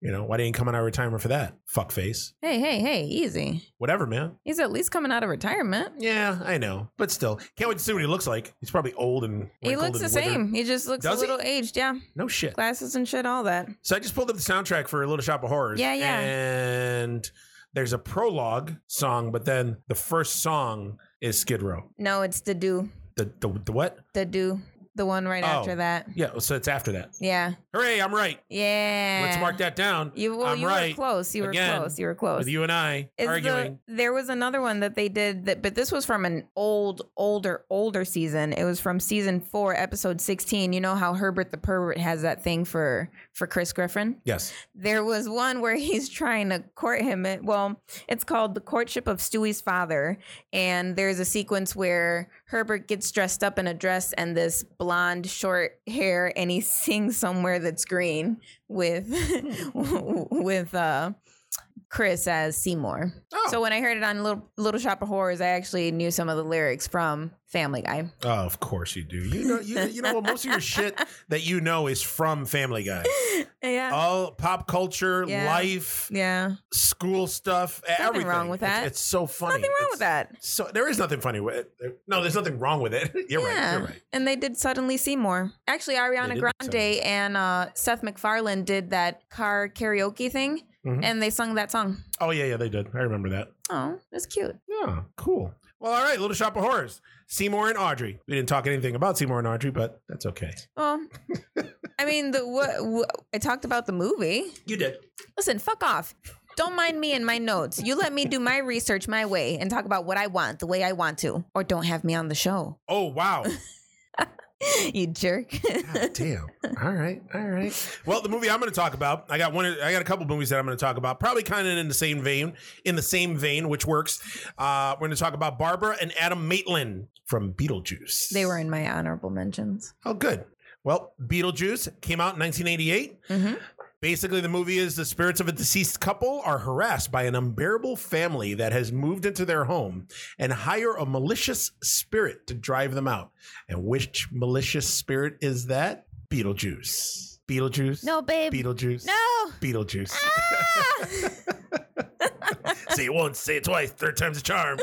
[SPEAKER 1] You know, why didn't he come out of retirement for that? Fuck face.
[SPEAKER 2] Hey, hey, hey, easy.
[SPEAKER 1] Whatever, man.
[SPEAKER 2] He's at least coming out of retirement.
[SPEAKER 1] Yeah, I know, but still, can't wait to see what he looks like. He's probably old and
[SPEAKER 2] He
[SPEAKER 1] wrinkled
[SPEAKER 2] looks the
[SPEAKER 1] and withered.
[SPEAKER 2] same. He just looks
[SPEAKER 1] Does
[SPEAKER 2] a
[SPEAKER 1] he?
[SPEAKER 2] little aged. Yeah,
[SPEAKER 1] No shit.
[SPEAKER 2] glasses and shit, all that.
[SPEAKER 1] So I just pulled up the soundtrack for Little Shop of Horrors.
[SPEAKER 2] Yeah, yeah.
[SPEAKER 1] And there's a prologue song, but then the first song is Skid Row.
[SPEAKER 2] No, it's the do,
[SPEAKER 1] The the, the what?
[SPEAKER 2] the do, the one right
[SPEAKER 1] Oh.
[SPEAKER 2] after that.
[SPEAKER 1] Yeah, so it's after that.
[SPEAKER 2] Yeah.
[SPEAKER 1] Hooray, I'm right.
[SPEAKER 2] Yeah.
[SPEAKER 1] Let's mark that down.
[SPEAKER 2] You, well,
[SPEAKER 1] I'm
[SPEAKER 2] you
[SPEAKER 1] right.
[SPEAKER 2] were close. You were
[SPEAKER 1] Again,
[SPEAKER 2] close. You were close.
[SPEAKER 1] With you and I
[SPEAKER 2] Is
[SPEAKER 1] arguing.
[SPEAKER 2] The, there was another one that they did that, but this was from an old, older, older season. It was from season four, episode sixteen. You know how Herbert the pervert has that thing for for Chris Griffin.
[SPEAKER 1] yes.
[SPEAKER 2] There was one where he's trying to court him. It- Well, it's called The Courtship of Stewie's Father. And there's a sequence where Herbert gets dressed up in a dress and this blonde, short hair, and he sings somewhere that's green with with uh, Chris as Seymour.
[SPEAKER 1] Oh.
[SPEAKER 2] So when I heard it on Little, Little Shop of Horrors, I actually knew some of the lyrics from Family Guy.
[SPEAKER 1] Oh, of course you do. You know, you, you know what? Most of your shit that you know is from Family Guy.
[SPEAKER 2] Yeah.
[SPEAKER 1] All pop culture,
[SPEAKER 2] Yeah.
[SPEAKER 1] life,
[SPEAKER 2] yeah.
[SPEAKER 1] school stuff, e-
[SPEAKER 2] Nothing
[SPEAKER 1] everything.
[SPEAKER 2] wrong with that.
[SPEAKER 1] It's, it's so funny.
[SPEAKER 2] Nothing wrong
[SPEAKER 1] It's-
[SPEAKER 2] with that.
[SPEAKER 1] So there is nothing funny with it. No, there's nothing wrong with it. You're right. You're right.
[SPEAKER 2] And they did Suddenly Seymour. Actually,
[SPEAKER 1] They
[SPEAKER 2] Ariana
[SPEAKER 1] did do
[SPEAKER 2] Grande and uh, Seth MacFarlane did that car karaoke thing
[SPEAKER 1] Mhm.
[SPEAKER 2] and they sung that song.
[SPEAKER 1] Oh yeah, yeah, they did. I remember that.
[SPEAKER 2] Oh, that's cute.
[SPEAKER 1] Yeah, cool. Well, all right, Little Shop of Horrors. Seymour and Audrey. We didn't talk anything about Seymour and Audrey, but that's okay.
[SPEAKER 2] Well, I mean, the what, what I talked about the movie.
[SPEAKER 1] You did.
[SPEAKER 2] Listen, fuck off. Don't mind me and my notes. You let me do my research my way and talk about what I want the way I want to, or don't have me on the show.
[SPEAKER 1] Oh wow.
[SPEAKER 2] you jerk.
[SPEAKER 1] God damn. All right. All right. Well, the movie I'm going to talk about, I got one. I got a couple movies that I'm going to talk about. Probably kind of in the same vein. In the same vein, which works. Uh, we're going to talk about Barbara and Adam Maitland from Beetlejuice.
[SPEAKER 2] they were in my honorable mentions.
[SPEAKER 1] Oh, good. Well, Beetlejuice came out in 1988.
[SPEAKER 2] hmm
[SPEAKER 1] Basically, the movie is the spirits of a deceased couple are harassed by an unbearable family that has moved into their home and hire a malicious spirit to drive them out. And which malicious spirit is that? Beetlejuice. Beetlejuice.
[SPEAKER 2] No, babe.
[SPEAKER 1] Beetlejuice.
[SPEAKER 2] no.
[SPEAKER 1] Beetlejuice.
[SPEAKER 2] Ah!
[SPEAKER 1] say it once, say it twice, third time's a charm.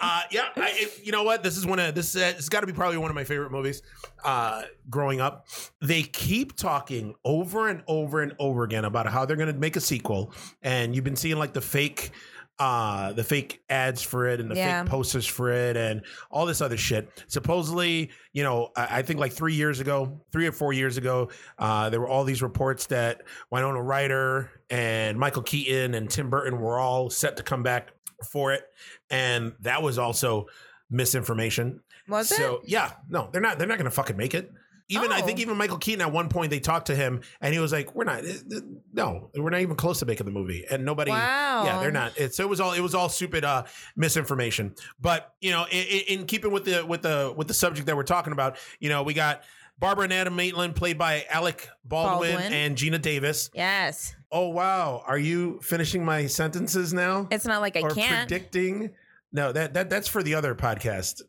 [SPEAKER 1] Uh, yeah, I, it- you know what? This is one of this. Uh, it's got to be probably one of my favorite movies. Uh, growing up, they keep talking over and over and over again about how they're going to make a sequel, and you've been seeing like the fake. Uh, the fake ads for it and the
[SPEAKER 2] Yeah.
[SPEAKER 1] fake posters for it and all this other shit. Supposedly, you know, I, I think like three years ago, three or four years ago, uh, there were all these reports that Winona Ryder and Michael Keaton and Tim Burton were all set to come back for it, and that was also misinformation.
[SPEAKER 2] Was
[SPEAKER 1] so yeah, no, they're not. They're not going to fucking make it. Even I
[SPEAKER 2] Oh.
[SPEAKER 1] think even Michael Keaton at one point they talked to him and he was like, "We're not. eh, eh, No, we're not even close to making the movie." And
[SPEAKER 2] it?
[SPEAKER 1] nobody.
[SPEAKER 2] Wow.
[SPEAKER 1] Yeah, they're not. It's it was all it was all stupid uh, misinformation. But you know, in, in keeping with the with the with the subject that we're talking about, you know, we got Barbara and Adam Maitland played by Alec Baldwin,
[SPEAKER 2] Baldwin.
[SPEAKER 1] and Gina Davis.
[SPEAKER 2] Yes.
[SPEAKER 1] Oh wow, are you finishing my sentences now?
[SPEAKER 2] It's not like I
[SPEAKER 1] or
[SPEAKER 2] can't.
[SPEAKER 1] predicting? No, that that that's for the other podcast.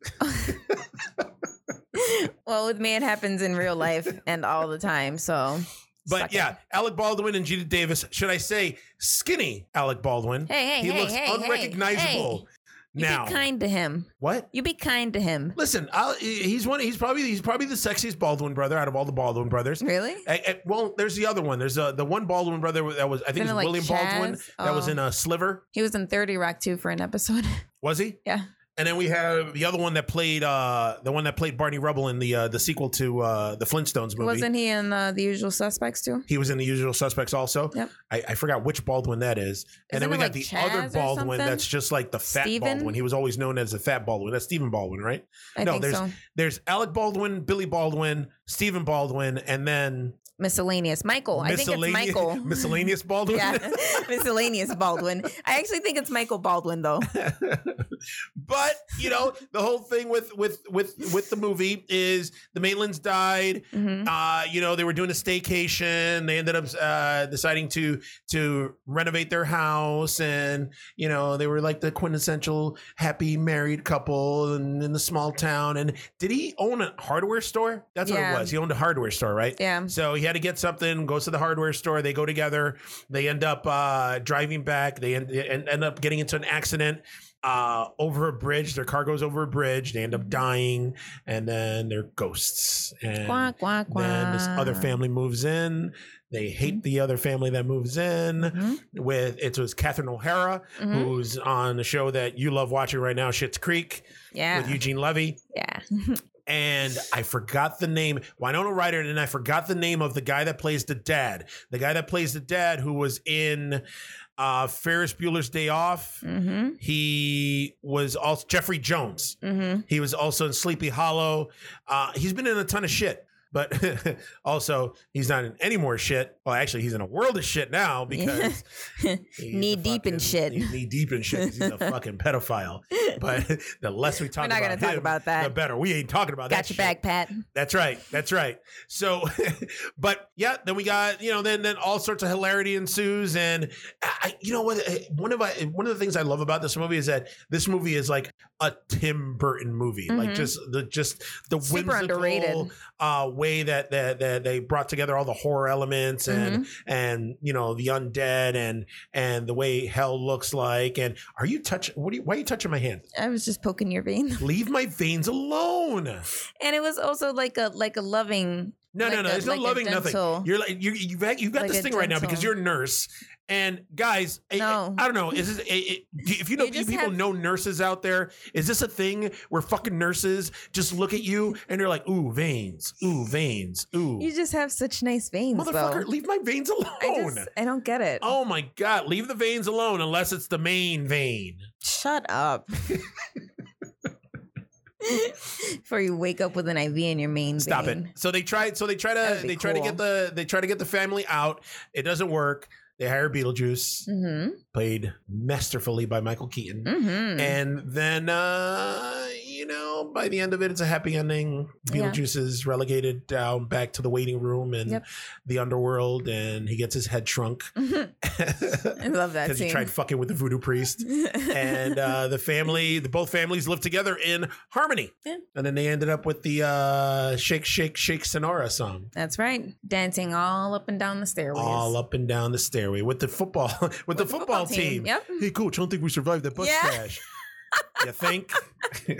[SPEAKER 2] well, with me, it happens in real life and all the time. So,
[SPEAKER 1] But
[SPEAKER 2] suck it.
[SPEAKER 1] yeah, Alec Baldwin and Gina Davis. Should I say skinny Alec Baldwin?
[SPEAKER 2] Hey, hey,
[SPEAKER 1] he
[SPEAKER 2] hey,
[SPEAKER 1] looks
[SPEAKER 2] hey, hey,
[SPEAKER 1] unrecognizable.
[SPEAKER 2] hey. You
[SPEAKER 1] Now,
[SPEAKER 2] be kind to him.
[SPEAKER 1] what?
[SPEAKER 2] You be kind to him.
[SPEAKER 1] Listen, I'll, he's one. He's probably he's probably the sexiest Baldwin brother out of all the Baldwin brothers.
[SPEAKER 2] Really?
[SPEAKER 1] I, I- well, there's the other one. There's uh, the one Baldwin brother that was I think
[SPEAKER 2] Kinda
[SPEAKER 1] it was
[SPEAKER 2] like
[SPEAKER 1] William Baldwin
[SPEAKER 2] Chaz.
[SPEAKER 1] that was
[SPEAKER 2] Oh.
[SPEAKER 1] in a sliver.
[SPEAKER 2] He was in 30 Rock too for an episode.
[SPEAKER 1] Was he?
[SPEAKER 2] Yeah.
[SPEAKER 1] And then we have the other one that played uh, the one that played Barney Rubble in the uh, the sequel to uh, the Flintstones movie.
[SPEAKER 2] Wasn't he in uh, The Usual Suspects too?
[SPEAKER 1] He was in The Usual Suspects also.
[SPEAKER 2] Yep.
[SPEAKER 1] I, I forgot which Baldwin that is. And then
[SPEAKER 2] Isn't
[SPEAKER 1] we
[SPEAKER 2] it
[SPEAKER 1] got
[SPEAKER 2] like
[SPEAKER 1] the
[SPEAKER 2] Chaz
[SPEAKER 1] other
[SPEAKER 2] or
[SPEAKER 1] Baldwin
[SPEAKER 2] something?
[SPEAKER 1] that's just like the fat
[SPEAKER 2] Steven?
[SPEAKER 1] Baldwin. He was always known as the fat Baldwin. That's Stephen Baldwin, right?
[SPEAKER 2] I
[SPEAKER 1] No,
[SPEAKER 2] think
[SPEAKER 1] there's-
[SPEAKER 2] so.
[SPEAKER 1] There's Alec Baldwin, Billy Baldwin, Stephen Baldwin, and then
[SPEAKER 2] Miscellaneous. Michael. I think it's
[SPEAKER 1] miscellaneous,
[SPEAKER 2] Michael.
[SPEAKER 1] miscellaneous Baldwin.
[SPEAKER 2] yeah. Miscellaneous Baldwin. I actually think it's Michael Baldwin though.
[SPEAKER 1] but you know the whole thing with with with with the movie is the Maitlands died.
[SPEAKER 2] Mhm.
[SPEAKER 1] Uh, you know they were doing a staycation. They ended up uh, deciding to to renovate their house, and you know they were like the quintessential happy married couple in, in the small town. And did he own a hardware store? That's what
[SPEAKER 2] Yeah. Mm-hmm.
[SPEAKER 1] it was. He owned a hardware store, right?
[SPEAKER 2] Yeah.
[SPEAKER 1] So he had to get something, goes to the hardware store. They go together. They end up uh, driving back. They end, end, end up getting into an accident uh, over a bridge. Their car goes over a bridge. They end up dying. And then they're ghosts. And
[SPEAKER 2] Quack quack quack.
[SPEAKER 1] then this other family moves in. They
[SPEAKER 2] Mm-hmm.
[SPEAKER 1] hate the other family that moves in.
[SPEAKER 2] Mhm,
[SPEAKER 1] With It was Catherine O'Hara,
[SPEAKER 2] mhm.
[SPEAKER 1] who's on the show that you love watching right now, Schitt's Creek,
[SPEAKER 2] Yeah.
[SPEAKER 1] with Eugene Levy.
[SPEAKER 2] yeah.
[SPEAKER 1] and I forgot the name. Winona Ryder, and I forgot the name of the guy that plays the dad. The guy that plays the dad who was in uh, Ferris Bueller's Day Off.
[SPEAKER 2] Mm-hmm.
[SPEAKER 1] He was also Jeffrey Jones.
[SPEAKER 2] Mm-hmm.
[SPEAKER 1] He was also in Sleepy Hollow. Uh, he's been in a ton of shit, but also he's not in any more shit. Well, actually, he's in a world of shit now because he's a
[SPEAKER 2] Knee deep in
[SPEAKER 1] fucking-
[SPEAKER 2] shit.
[SPEAKER 1] He's knee deep in shit. 'cause He's a fucking pedophile. But the less we talk,
[SPEAKER 2] We're not
[SPEAKER 1] about
[SPEAKER 2] gonna talk
[SPEAKER 1] him,
[SPEAKER 2] about
[SPEAKER 1] the
[SPEAKER 2] that.
[SPEAKER 1] better. We ain't talking about that.
[SPEAKER 2] Got your
[SPEAKER 1] shit.
[SPEAKER 2] back, Pat.
[SPEAKER 1] That's right. That's right. So, but yeah, then we got you know then then all sorts of hilarity ensues, and I, I- you know what? eh, One of I, one of the things I love about this movie is that this movie is like a Tim Burton movie, like
[SPEAKER 2] Mhm.
[SPEAKER 1] just the just the
[SPEAKER 2] Super
[SPEAKER 1] whimsical
[SPEAKER 2] underrated.
[SPEAKER 1] uh, way that, that that they brought together all the horror elements
[SPEAKER 2] Mm-hmm.
[SPEAKER 1] and and you know the undead and and the way hell looks like. And are you touching? What are you? Why are you touching my hand?
[SPEAKER 2] I was just poking your vein,
[SPEAKER 1] Leave my veins alone.
[SPEAKER 2] and it was also like a like a loving.
[SPEAKER 1] No, no,
[SPEAKER 2] like
[SPEAKER 1] no.
[SPEAKER 2] a-
[SPEAKER 1] There's no
[SPEAKER 2] like a
[SPEAKER 1] loving nothing.
[SPEAKER 2] dental-
[SPEAKER 1] You're like you you've had, you've got
[SPEAKER 2] Oh. Like
[SPEAKER 1] this
[SPEAKER 2] a
[SPEAKER 1] thing right now because
[SPEAKER 2] dental.
[SPEAKER 1] you're a nurse. And guys, I-
[SPEAKER 2] No.
[SPEAKER 1] I, I don't know. Is this i- i- if you know
[SPEAKER 2] You
[SPEAKER 1] you
[SPEAKER 2] just
[SPEAKER 1] people
[SPEAKER 2] have-
[SPEAKER 1] know nurses out there? Is this a thing where fucking nurses just look at you and they're like, "Ooh, veins, ooh, veins, ooh,
[SPEAKER 2] You just have such nice veins,
[SPEAKER 1] motherfucker,
[SPEAKER 2] though.
[SPEAKER 1] leave my veins alone."
[SPEAKER 2] I just I don't get it.
[SPEAKER 1] oh my god, leave the veins alone unless it's the main vein.
[SPEAKER 2] Shut up. Before you wake up with an IV in your main
[SPEAKER 1] Stop
[SPEAKER 2] vein.
[SPEAKER 1] it. So they tried. So they try
[SPEAKER 2] That
[SPEAKER 1] to.
[SPEAKER 2] would be
[SPEAKER 1] They try to
[SPEAKER 2] cool.
[SPEAKER 1] get the. They try to get the family out. It doesn't work. They hire Beetlejuice.
[SPEAKER 2] Mm-hmm.
[SPEAKER 1] played masterfully by Michael Keaton.
[SPEAKER 2] Mm-hmm.
[SPEAKER 1] And then, uh, you know, by the end of it, it's a happy ending.
[SPEAKER 2] Yeah.
[SPEAKER 1] Beetlejuice is relegated down back to the waiting room and
[SPEAKER 2] Yep.
[SPEAKER 1] the underworld, and he gets his head shrunk
[SPEAKER 2] I
[SPEAKER 1] because
[SPEAKER 2] love that
[SPEAKER 1] he
[SPEAKER 2] scene.
[SPEAKER 1] tried fucking with the voodoo priest. And uh, the family, the both families lived together in harmony.
[SPEAKER 2] Yeah.
[SPEAKER 1] And then they ended up with the uh, Shake, Shake, Shake Sonora song.
[SPEAKER 2] That's right. Dancing all up and down the stairways.
[SPEAKER 1] All up and down the stairway with the football with, the, football, team.
[SPEAKER 2] Yep.
[SPEAKER 1] Hey, coach, I don't think we survived that bus
[SPEAKER 2] Yeah.
[SPEAKER 1] crash. you think?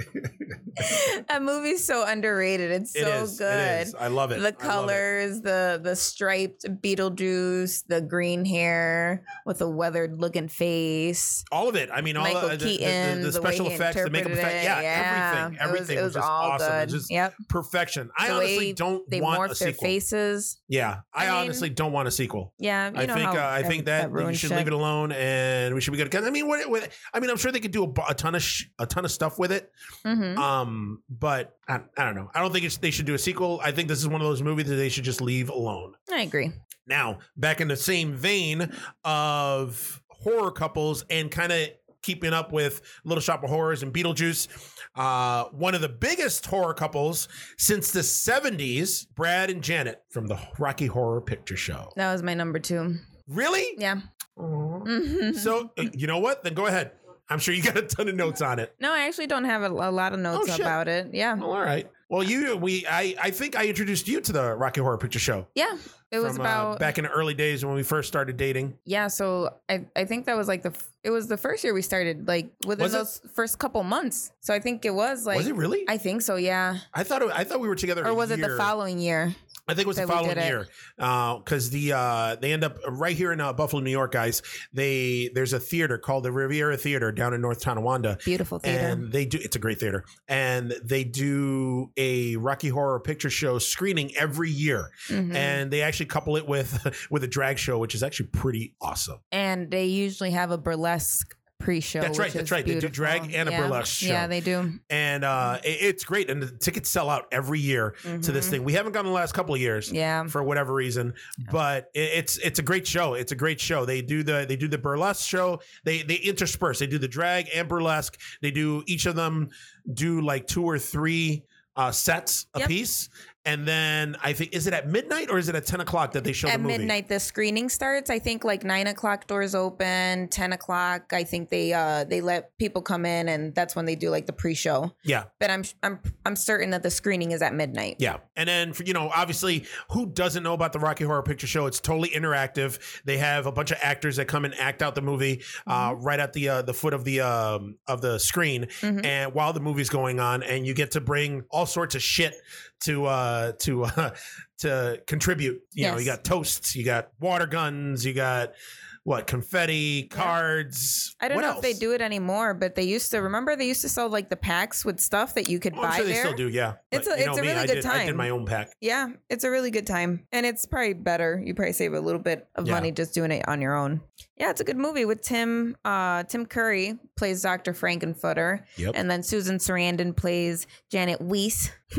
[SPEAKER 2] that movie's so underrated. It's
[SPEAKER 1] It
[SPEAKER 2] so
[SPEAKER 1] is.
[SPEAKER 2] good.
[SPEAKER 1] It is. I love it. I
[SPEAKER 2] The
[SPEAKER 1] love it.
[SPEAKER 2] colors, the the striped Beetlejuice, the green hair with a weathered looking face.
[SPEAKER 1] All of it. I mean, all
[SPEAKER 2] Michael
[SPEAKER 1] the, the- the-
[SPEAKER 2] Keaton,
[SPEAKER 1] the,
[SPEAKER 2] the way
[SPEAKER 1] special
[SPEAKER 2] he
[SPEAKER 1] effects, the makeup
[SPEAKER 2] interpreted
[SPEAKER 1] effects.
[SPEAKER 2] it.
[SPEAKER 1] Yeah,
[SPEAKER 2] Yeah.
[SPEAKER 1] everything.
[SPEAKER 2] It was-
[SPEAKER 1] Everything
[SPEAKER 2] it
[SPEAKER 1] was,
[SPEAKER 2] was
[SPEAKER 1] just
[SPEAKER 2] all
[SPEAKER 1] awesome. It was
[SPEAKER 2] good.
[SPEAKER 1] just
[SPEAKER 2] Yep.
[SPEAKER 1] perfection. I
[SPEAKER 2] The
[SPEAKER 1] honestly
[SPEAKER 2] way
[SPEAKER 1] don't
[SPEAKER 2] They
[SPEAKER 1] want a
[SPEAKER 2] morphed their
[SPEAKER 1] sequel.
[SPEAKER 2] faces.
[SPEAKER 1] Yeah, I,
[SPEAKER 2] I mean-
[SPEAKER 1] honestly don't want a sequel.
[SPEAKER 2] Yeah, you
[SPEAKER 1] I
[SPEAKER 2] know
[SPEAKER 1] think
[SPEAKER 2] how
[SPEAKER 1] uh, I think that, you
[SPEAKER 2] ruins
[SPEAKER 1] should
[SPEAKER 2] shit.
[SPEAKER 1] leave it alone, and we should be good. Because I mean, what, what? I mean, I'm sure they could do a, bu- a ton of sh- a ton of stuff with it.
[SPEAKER 2] Mhm.
[SPEAKER 1] Um, but I, I don't know. I don't think it's, they should do a sequel. I think this is one of those movies that they should just leave alone.
[SPEAKER 2] I agree.
[SPEAKER 1] Now, back in the same vein of horror couples and kind of keeping up with Little Shop of Horrors and Beetlejuice, uh, one of the biggest horror couples since the 70s, Brad and Janet from the Rocky Horror Picture Show.
[SPEAKER 2] That was my number two.
[SPEAKER 1] Really?
[SPEAKER 2] Yeah.
[SPEAKER 1] Aw.
[SPEAKER 2] Mhm.
[SPEAKER 1] So, uh, you know what? Then go ahead. I'm sure you got a ton of notes on it.
[SPEAKER 2] no, I actually don't have a, a lot of notes
[SPEAKER 1] Oh, shit.
[SPEAKER 2] about it. Yeah.
[SPEAKER 1] Well, all right. Well, you, we, I, I think I introduced you to the Rocky Horror Picture Show.
[SPEAKER 2] Yeah. It was
[SPEAKER 1] from, uh,
[SPEAKER 2] about
[SPEAKER 1] back in the early days when we first started dating.
[SPEAKER 2] yeah so I, I think that was like the f- it was the first year we started like within
[SPEAKER 1] Was it?
[SPEAKER 2] those first couple months so i think it was like
[SPEAKER 1] was it really?
[SPEAKER 2] i think so yeah
[SPEAKER 1] I thought it, I thought we were together.
[SPEAKER 2] or
[SPEAKER 1] a
[SPEAKER 2] was it the
[SPEAKER 1] year.
[SPEAKER 2] following year
[SPEAKER 1] I think it was the
[SPEAKER 2] that we
[SPEAKER 1] following
[SPEAKER 2] did it?
[SPEAKER 1] year because the uh, they end up right here in uh, Buffalo, New York, guys. They there's a theater called the Riviera Theater down in North Tonawanda,
[SPEAKER 2] beautiful theater
[SPEAKER 1] and they do it's a great theater, and they do a Rocky Horror Picture Show screening every year,
[SPEAKER 2] Mhm. and,
[SPEAKER 1] and they actually couple it with with a drag show, which is actually pretty awesome.
[SPEAKER 2] they usually have a burlesque pre-show
[SPEAKER 1] That's right,
[SPEAKER 2] which
[SPEAKER 1] that's
[SPEAKER 2] is
[SPEAKER 1] right. They do
[SPEAKER 2] beautiful.
[SPEAKER 1] drag and a
[SPEAKER 2] Yeah.
[SPEAKER 1] burlesque show.
[SPEAKER 2] yeah they Mm-hmm. do
[SPEAKER 1] And uh, it- it's great, and the tickets sell out every year to this
[SPEAKER 2] Mhm.
[SPEAKER 1] thing. We haven't gone the last couple of years,
[SPEAKER 2] yeah
[SPEAKER 1] for whatever reason. But it, it's it's a great show. It's a great show. They do the they do the burlesque show. They they intersperse. They do the drag and burlesque. They do each of them do like two or three uh, sets a
[SPEAKER 2] Yep.
[SPEAKER 1] piece. And then I think is it at midnight or is it at ten o'clock that they show
[SPEAKER 2] at
[SPEAKER 1] the movie?
[SPEAKER 2] midnight the screening starts i think like nine o'clock doors open ten o'clock i think they uh they let people come in and that's when they do like the pre-show
[SPEAKER 1] Yeah,
[SPEAKER 2] but i'm i'm i'm certain that the screening is at midnight
[SPEAKER 1] yeah. And then for, you know, obviously, who doesn't know about the Rocky Horror Picture Show? It's totally interactive. They have a bunch of actors that come and act out the movie uh,
[SPEAKER 2] Mm-hmm.
[SPEAKER 1] right at the uh, the foot of the um, of the screen.
[SPEAKER 2] Mhm.
[SPEAKER 1] and while the movie's going on and you get to bring all sorts of shit to uh to uh to contribute you know
[SPEAKER 2] Yes.
[SPEAKER 1] you got toasts you got water guns you got what confetti, cards.
[SPEAKER 2] I don't
[SPEAKER 1] What
[SPEAKER 2] know if they
[SPEAKER 1] else?
[SPEAKER 2] do it anymore, but they used to. Remember, they used to sell like the packs with stuff that you could
[SPEAKER 1] Oh,
[SPEAKER 2] buy
[SPEAKER 1] I'm sure they
[SPEAKER 2] there.
[SPEAKER 1] still do. Yeah,
[SPEAKER 2] It's
[SPEAKER 1] But
[SPEAKER 2] a-
[SPEAKER 1] you
[SPEAKER 2] it's
[SPEAKER 1] know
[SPEAKER 2] a
[SPEAKER 1] me,
[SPEAKER 2] really
[SPEAKER 1] I
[SPEAKER 2] good
[SPEAKER 1] did, I did
[SPEAKER 2] time.
[SPEAKER 1] my own pack.
[SPEAKER 2] Yeah, it's a really good time, and it's probably better. You probably save a little bit of
[SPEAKER 1] Yeah.
[SPEAKER 2] money just doing it on your own. Yeah, it's a good movie with Tim. Uh, Tim Curry plays Doctor Frankenfooter,
[SPEAKER 1] Yep.
[SPEAKER 2] and then Susan Sarandon plays Janet Weiss,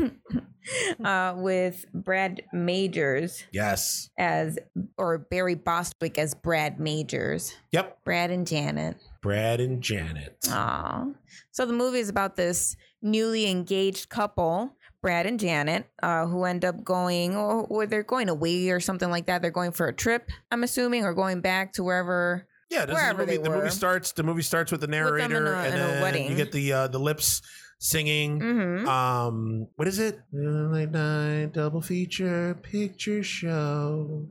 [SPEAKER 2] uh, with Brad Majors
[SPEAKER 1] Yes.
[SPEAKER 2] as or Barry Bostwick as Brad Majors.
[SPEAKER 1] Yep.
[SPEAKER 2] Brad and Janet.
[SPEAKER 1] Brad and Janet.
[SPEAKER 2] Aw. So the movie is about this newly engaged couple, Brad and Janet, uh, who end up going, or, or they're going away or something like that. They're going for a trip, I'm assuming, or going back to wherever.
[SPEAKER 1] Yeah, this is the
[SPEAKER 2] Wherever
[SPEAKER 1] movie.
[SPEAKER 2] they
[SPEAKER 1] The movie
[SPEAKER 2] were.
[SPEAKER 1] starts. The movie starts with the
[SPEAKER 2] them
[SPEAKER 1] narrator,
[SPEAKER 2] in a-
[SPEAKER 1] and
[SPEAKER 2] in a
[SPEAKER 1] then you
[SPEAKER 2] wedding.
[SPEAKER 1] get the uh, the lips singing.
[SPEAKER 2] Mm-hmm.
[SPEAKER 1] Um, what is it? Moonlight night double feature picture show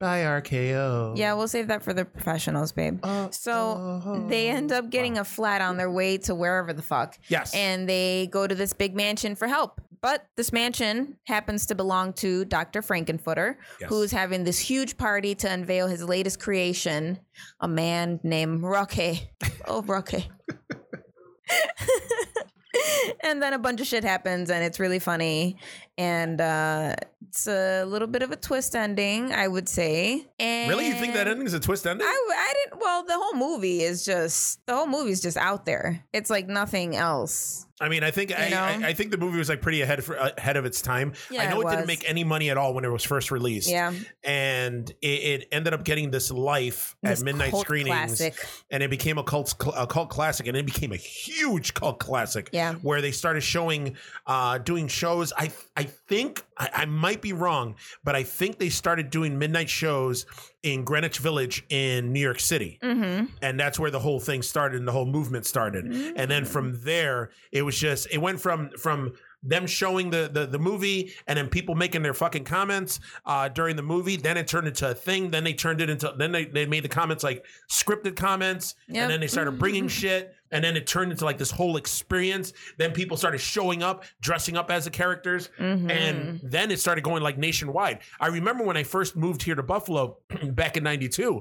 [SPEAKER 1] by RKO.
[SPEAKER 2] Mm. Yeah, we'll save that for the professionals, babe.
[SPEAKER 1] Uh,
[SPEAKER 2] So They end up getting a flat on their way to wherever the fuck.
[SPEAKER 1] yes.
[SPEAKER 2] And they go to this big mansion for help. But this mansion happens to belong to Dr. Frankenfooter,
[SPEAKER 1] Yes.
[SPEAKER 2] who's having this huge party to unveil his latest creation, a man named Roque. Oh, Roque. and then a bunch of shit happens, and it's really funny. And uh, it's a little bit of a twist ending, I would say. And
[SPEAKER 1] really, you think that ending's a twist ending?
[SPEAKER 2] I, I didn't. Well, the whole movie is just the whole movie is just out there. It's like nothing else.
[SPEAKER 1] I mean, I think I,
[SPEAKER 2] know?
[SPEAKER 1] I, I think the movie was like pretty ahead for, uh, ahead of its time.
[SPEAKER 2] Yeah,
[SPEAKER 1] I know
[SPEAKER 2] it
[SPEAKER 1] it, didn't
[SPEAKER 2] was.
[SPEAKER 1] make any money at all when it was first released.
[SPEAKER 2] Yeah,
[SPEAKER 1] and it, it ended up getting this life
[SPEAKER 2] This
[SPEAKER 1] at midnight
[SPEAKER 2] cult
[SPEAKER 1] screenings,
[SPEAKER 2] classic.
[SPEAKER 1] and it became a cult cl- a cult classic, and it became a huge cult classic.
[SPEAKER 2] Yeah.
[SPEAKER 1] where they started showing, uh, doing shows. I I think I, I might be wrong, but I think they started doing midnight shows in Greenwich Village in New York City,
[SPEAKER 2] Mm-hmm.
[SPEAKER 1] and that's where the whole thing started and the whole movement started. And then from there, it was just it went from from them showing the, the the movie and then people making their fucking comments uh during the movie then it turned into a thing then they turned it into then they, they made the comments like scripted comments
[SPEAKER 2] Yep.
[SPEAKER 1] and then they started bringing shit and then it turned into like this whole experience then people started showing up dressing up as the characters
[SPEAKER 2] Mm-hmm.
[SPEAKER 1] and
[SPEAKER 2] Mm.
[SPEAKER 1] then it started going like nationwide i remember when i first moved here to buffalo back in 92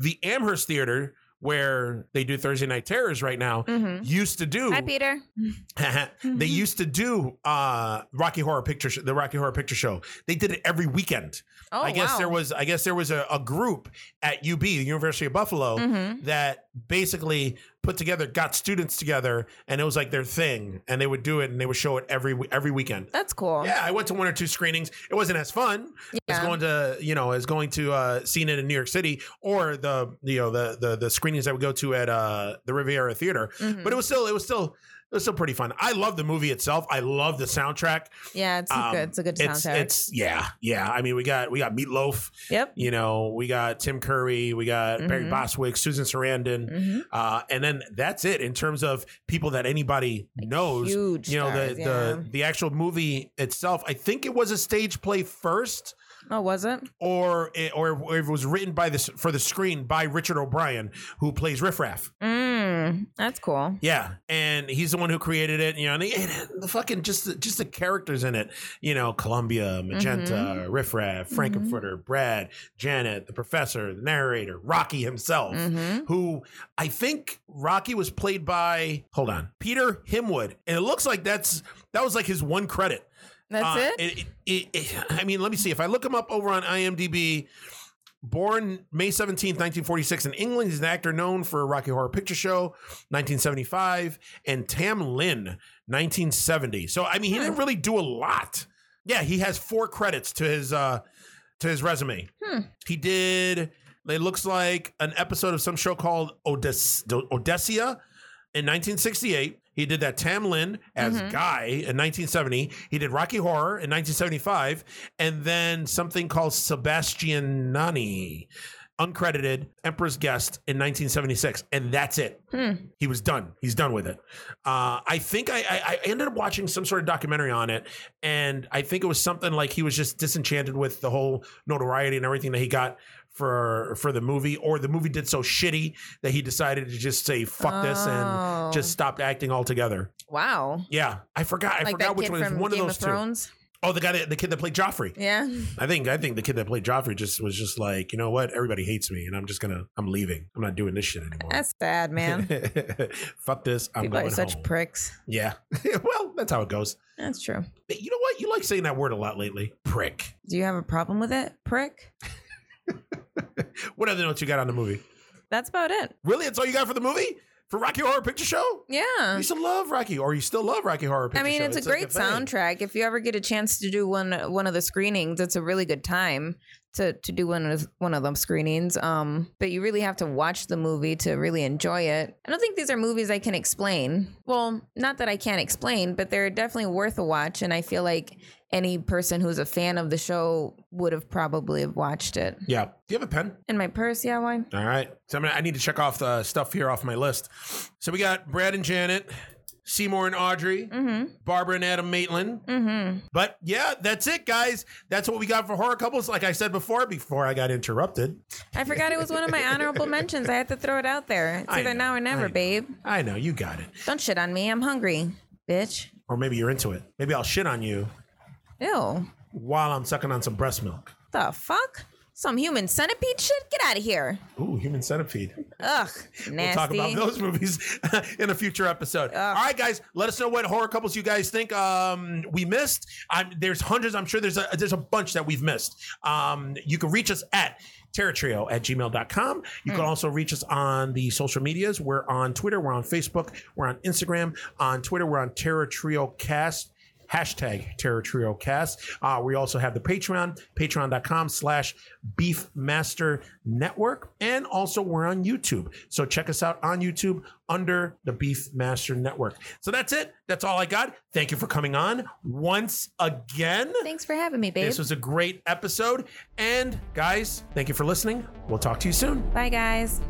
[SPEAKER 1] the amherst theater where they do thursday night terrors right now
[SPEAKER 2] Mm-hmm.
[SPEAKER 1] used to do
[SPEAKER 2] Hi, Peter.
[SPEAKER 1] they used to do uh rocky horror picture Sh- the rocky horror picture show they did it every weekend
[SPEAKER 2] Oh,
[SPEAKER 1] i guess
[SPEAKER 2] wow.
[SPEAKER 1] there was i guess there was a, a group at ub the university of buffalo
[SPEAKER 2] Mhm.
[SPEAKER 1] that basically put together got students together and it was like their thing and they would do it and they would show it every every weekend
[SPEAKER 2] That's cool.
[SPEAKER 1] yeah, I went to one or two screenings. It wasn't as fun as
[SPEAKER 2] Yeah.
[SPEAKER 1] going to, you know, as going to uh seeing it in New York City or the you know the the the screenings I would go to at uh the Riviera Theater.
[SPEAKER 2] Mhm.
[SPEAKER 1] But it was still it was still it was still pretty fun. I love the movie itself. I love the soundtrack.
[SPEAKER 2] Yeah, it's
[SPEAKER 1] Um,
[SPEAKER 2] good. It's a good
[SPEAKER 1] It's
[SPEAKER 2] soundtrack.
[SPEAKER 1] it's yeah, yeah. I mean, we got we got Meatloaf,
[SPEAKER 2] yep.
[SPEAKER 1] you know, we got Tim Curry, we got Barry
[SPEAKER 2] Mhm.
[SPEAKER 1] Boswick, Susan Sarandon,
[SPEAKER 2] Mhm.
[SPEAKER 1] uh and then that's it in terms of people that anybody knows
[SPEAKER 2] Huge.
[SPEAKER 1] you know
[SPEAKER 2] stars,
[SPEAKER 1] the,
[SPEAKER 2] yeah.
[SPEAKER 1] the the actual movie itself i think it was a stage play first
[SPEAKER 2] oh, was it?
[SPEAKER 1] or it, or it was written by this for the screen by richard o'brien who plays riff raff
[SPEAKER 2] Mm, that's cool.
[SPEAKER 1] yeah and he's the one who created it you know and, he, and the fucking just the, just the characters in it you know columbia magenta
[SPEAKER 2] Mm-hmm.
[SPEAKER 1] riff raff frankenfurter brad janet the professor the narrator rocky himself
[SPEAKER 2] Mm-hmm.
[SPEAKER 1] who I think Rocky was played by hold on Peter Himwood, and it looks like that's that was like his one credit.
[SPEAKER 2] That's
[SPEAKER 1] Uh,
[SPEAKER 2] it?
[SPEAKER 1] it- it- I mean, let me see if I look him up over on IMDb. Born May 17, 1946, in England, he's an actor known for Rocky Horror Picture Show, 1975, and Tam Lin, 1970. So I mean, he
[SPEAKER 2] Hmm.
[SPEAKER 1] didn't really do a lot. Yeah, he has four credits to his uh to his resume.
[SPEAKER 2] Hmm.
[SPEAKER 1] He did. It looks like an episode of some show called Odess- Odessia in 1968. He did that Tamlin as
[SPEAKER 2] Mhm.
[SPEAKER 1] Guy in 1970. He did Rocky Horror in 1975, and then something called Sebastianani, uncredited Emperor's Guest in 1976, and that's it.
[SPEAKER 2] Hmm.
[SPEAKER 1] He was done. He's done with it. Uh, I think I, I, I ended up watching some sort of documentary on it, and I think it was something like he was just disenchanted with the whole notoriety and everything that he got for for the movie, or the movie did so shitty that he decided to just say fuck this and
[SPEAKER 2] Oh,
[SPEAKER 1] just stopped acting altogether.
[SPEAKER 2] wow.
[SPEAKER 1] Yeah, I forgot. I
[SPEAKER 2] like
[SPEAKER 1] forgot
[SPEAKER 2] that
[SPEAKER 1] which
[SPEAKER 2] kid
[SPEAKER 1] one. It's
[SPEAKER 2] from
[SPEAKER 1] one
[SPEAKER 2] Game
[SPEAKER 1] of
[SPEAKER 2] of,
[SPEAKER 1] those two.
[SPEAKER 2] Thrones.
[SPEAKER 1] Oh, the guy, that, the kid that played Joffrey.
[SPEAKER 2] Yeah.
[SPEAKER 1] I think I think the kid that played Joffrey just was just like, you know what? Everybody hates me, and I'm just gonna I'm leaving. I'm not doing this shit anymore.
[SPEAKER 2] That's sad, man.
[SPEAKER 1] Fuck this. I'm
[SPEAKER 2] People are
[SPEAKER 1] going
[SPEAKER 2] such
[SPEAKER 1] home.
[SPEAKER 2] pricks.
[SPEAKER 1] yeah. well, that's how it goes.
[SPEAKER 2] That's true.
[SPEAKER 1] But you know what? You like saying that word a lot lately. Prick.
[SPEAKER 2] Do you have a problem with it, prick?
[SPEAKER 1] What other notes you got on the movie?
[SPEAKER 2] That's about it.
[SPEAKER 1] Really? That's all you got for the movie? For Rocky Horror Picture Show? You
[SPEAKER 2] Yeah.
[SPEAKER 1] used to love Rocky, or you still love Rocky Horror
[SPEAKER 2] Uh, I
[SPEAKER 1] Picture
[SPEAKER 2] mean,
[SPEAKER 1] Show.
[SPEAKER 2] it's, a
[SPEAKER 1] like
[SPEAKER 2] great
[SPEAKER 1] thing.
[SPEAKER 2] soundtrack. If you ever get a chance to do one one of the screenings, it's a really good time to to do one of one of them screenings. Um, but you really have to watch the movie to really enjoy it. I don't think these are movies I can explain. Well, not that I can't explain, but they're definitely worth a watch. And I feel like any person who's a fan of the show would have probably have watched it.
[SPEAKER 1] Yeah. Do you have a pen?
[SPEAKER 2] In my purse, yeah, why?
[SPEAKER 1] All right. So I'm gonna, I need to check off the stuff here off my list. So we got Brad and Janet, Seymour and Audrey,
[SPEAKER 2] Mm-hmm.
[SPEAKER 1] Barbara and Adam Maitland.
[SPEAKER 2] Mm-hmm.
[SPEAKER 1] But yeah, that's it, guys. That's what we got for horror couples. Like I said before, before I got interrupted.
[SPEAKER 2] I forgot it was one of my honorable mentions. I had to throw it out there. It's
[SPEAKER 1] I
[SPEAKER 2] either
[SPEAKER 1] know,
[SPEAKER 2] now or never,
[SPEAKER 1] I know.
[SPEAKER 2] babe.
[SPEAKER 1] I know you got it,
[SPEAKER 2] Don't shit on me. I'm hungry, bitch.
[SPEAKER 1] or maybe you're into it. Maybe I'll shit on you
[SPEAKER 2] Ew.
[SPEAKER 1] while I'm sucking on some breast milk.
[SPEAKER 2] The fuck? Some human centipede shit? Get out of here.
[SPEAKER 1] Ooh, human centipede.
[SPEAKER 2] Ugh. Nasty.
[SPEAKER 1] We'll talk about those movies in a future episode. All right, guys, let us know what horror couples you guys think um, we missed. I'm, there's hundreds. I'm sure there's a there's a bunch that we've missed. Um, you can reach us at terratrio at gmail.com. You can also reach us on the social medias. We're on Twitter. We're on Facebook. We're on Instagram. On Twitter, we're on Terra Trio Cast hashtag Terror Trio Cast. Uh, we also have the Patreon, patreon.com slash Beefmaster Network. And also we're on YouTube. So check us out on YouTube under the Beefmaster Network. So that's it. That's all I got. Thank you for coming on once again.
[SPEAKER 2] Thanks for having me, babe.
[SPEAKER 1] This was a great episode. And guys, thank you for listening. We'll talk to you soon.
[SPEAKER 2] Bye, guys.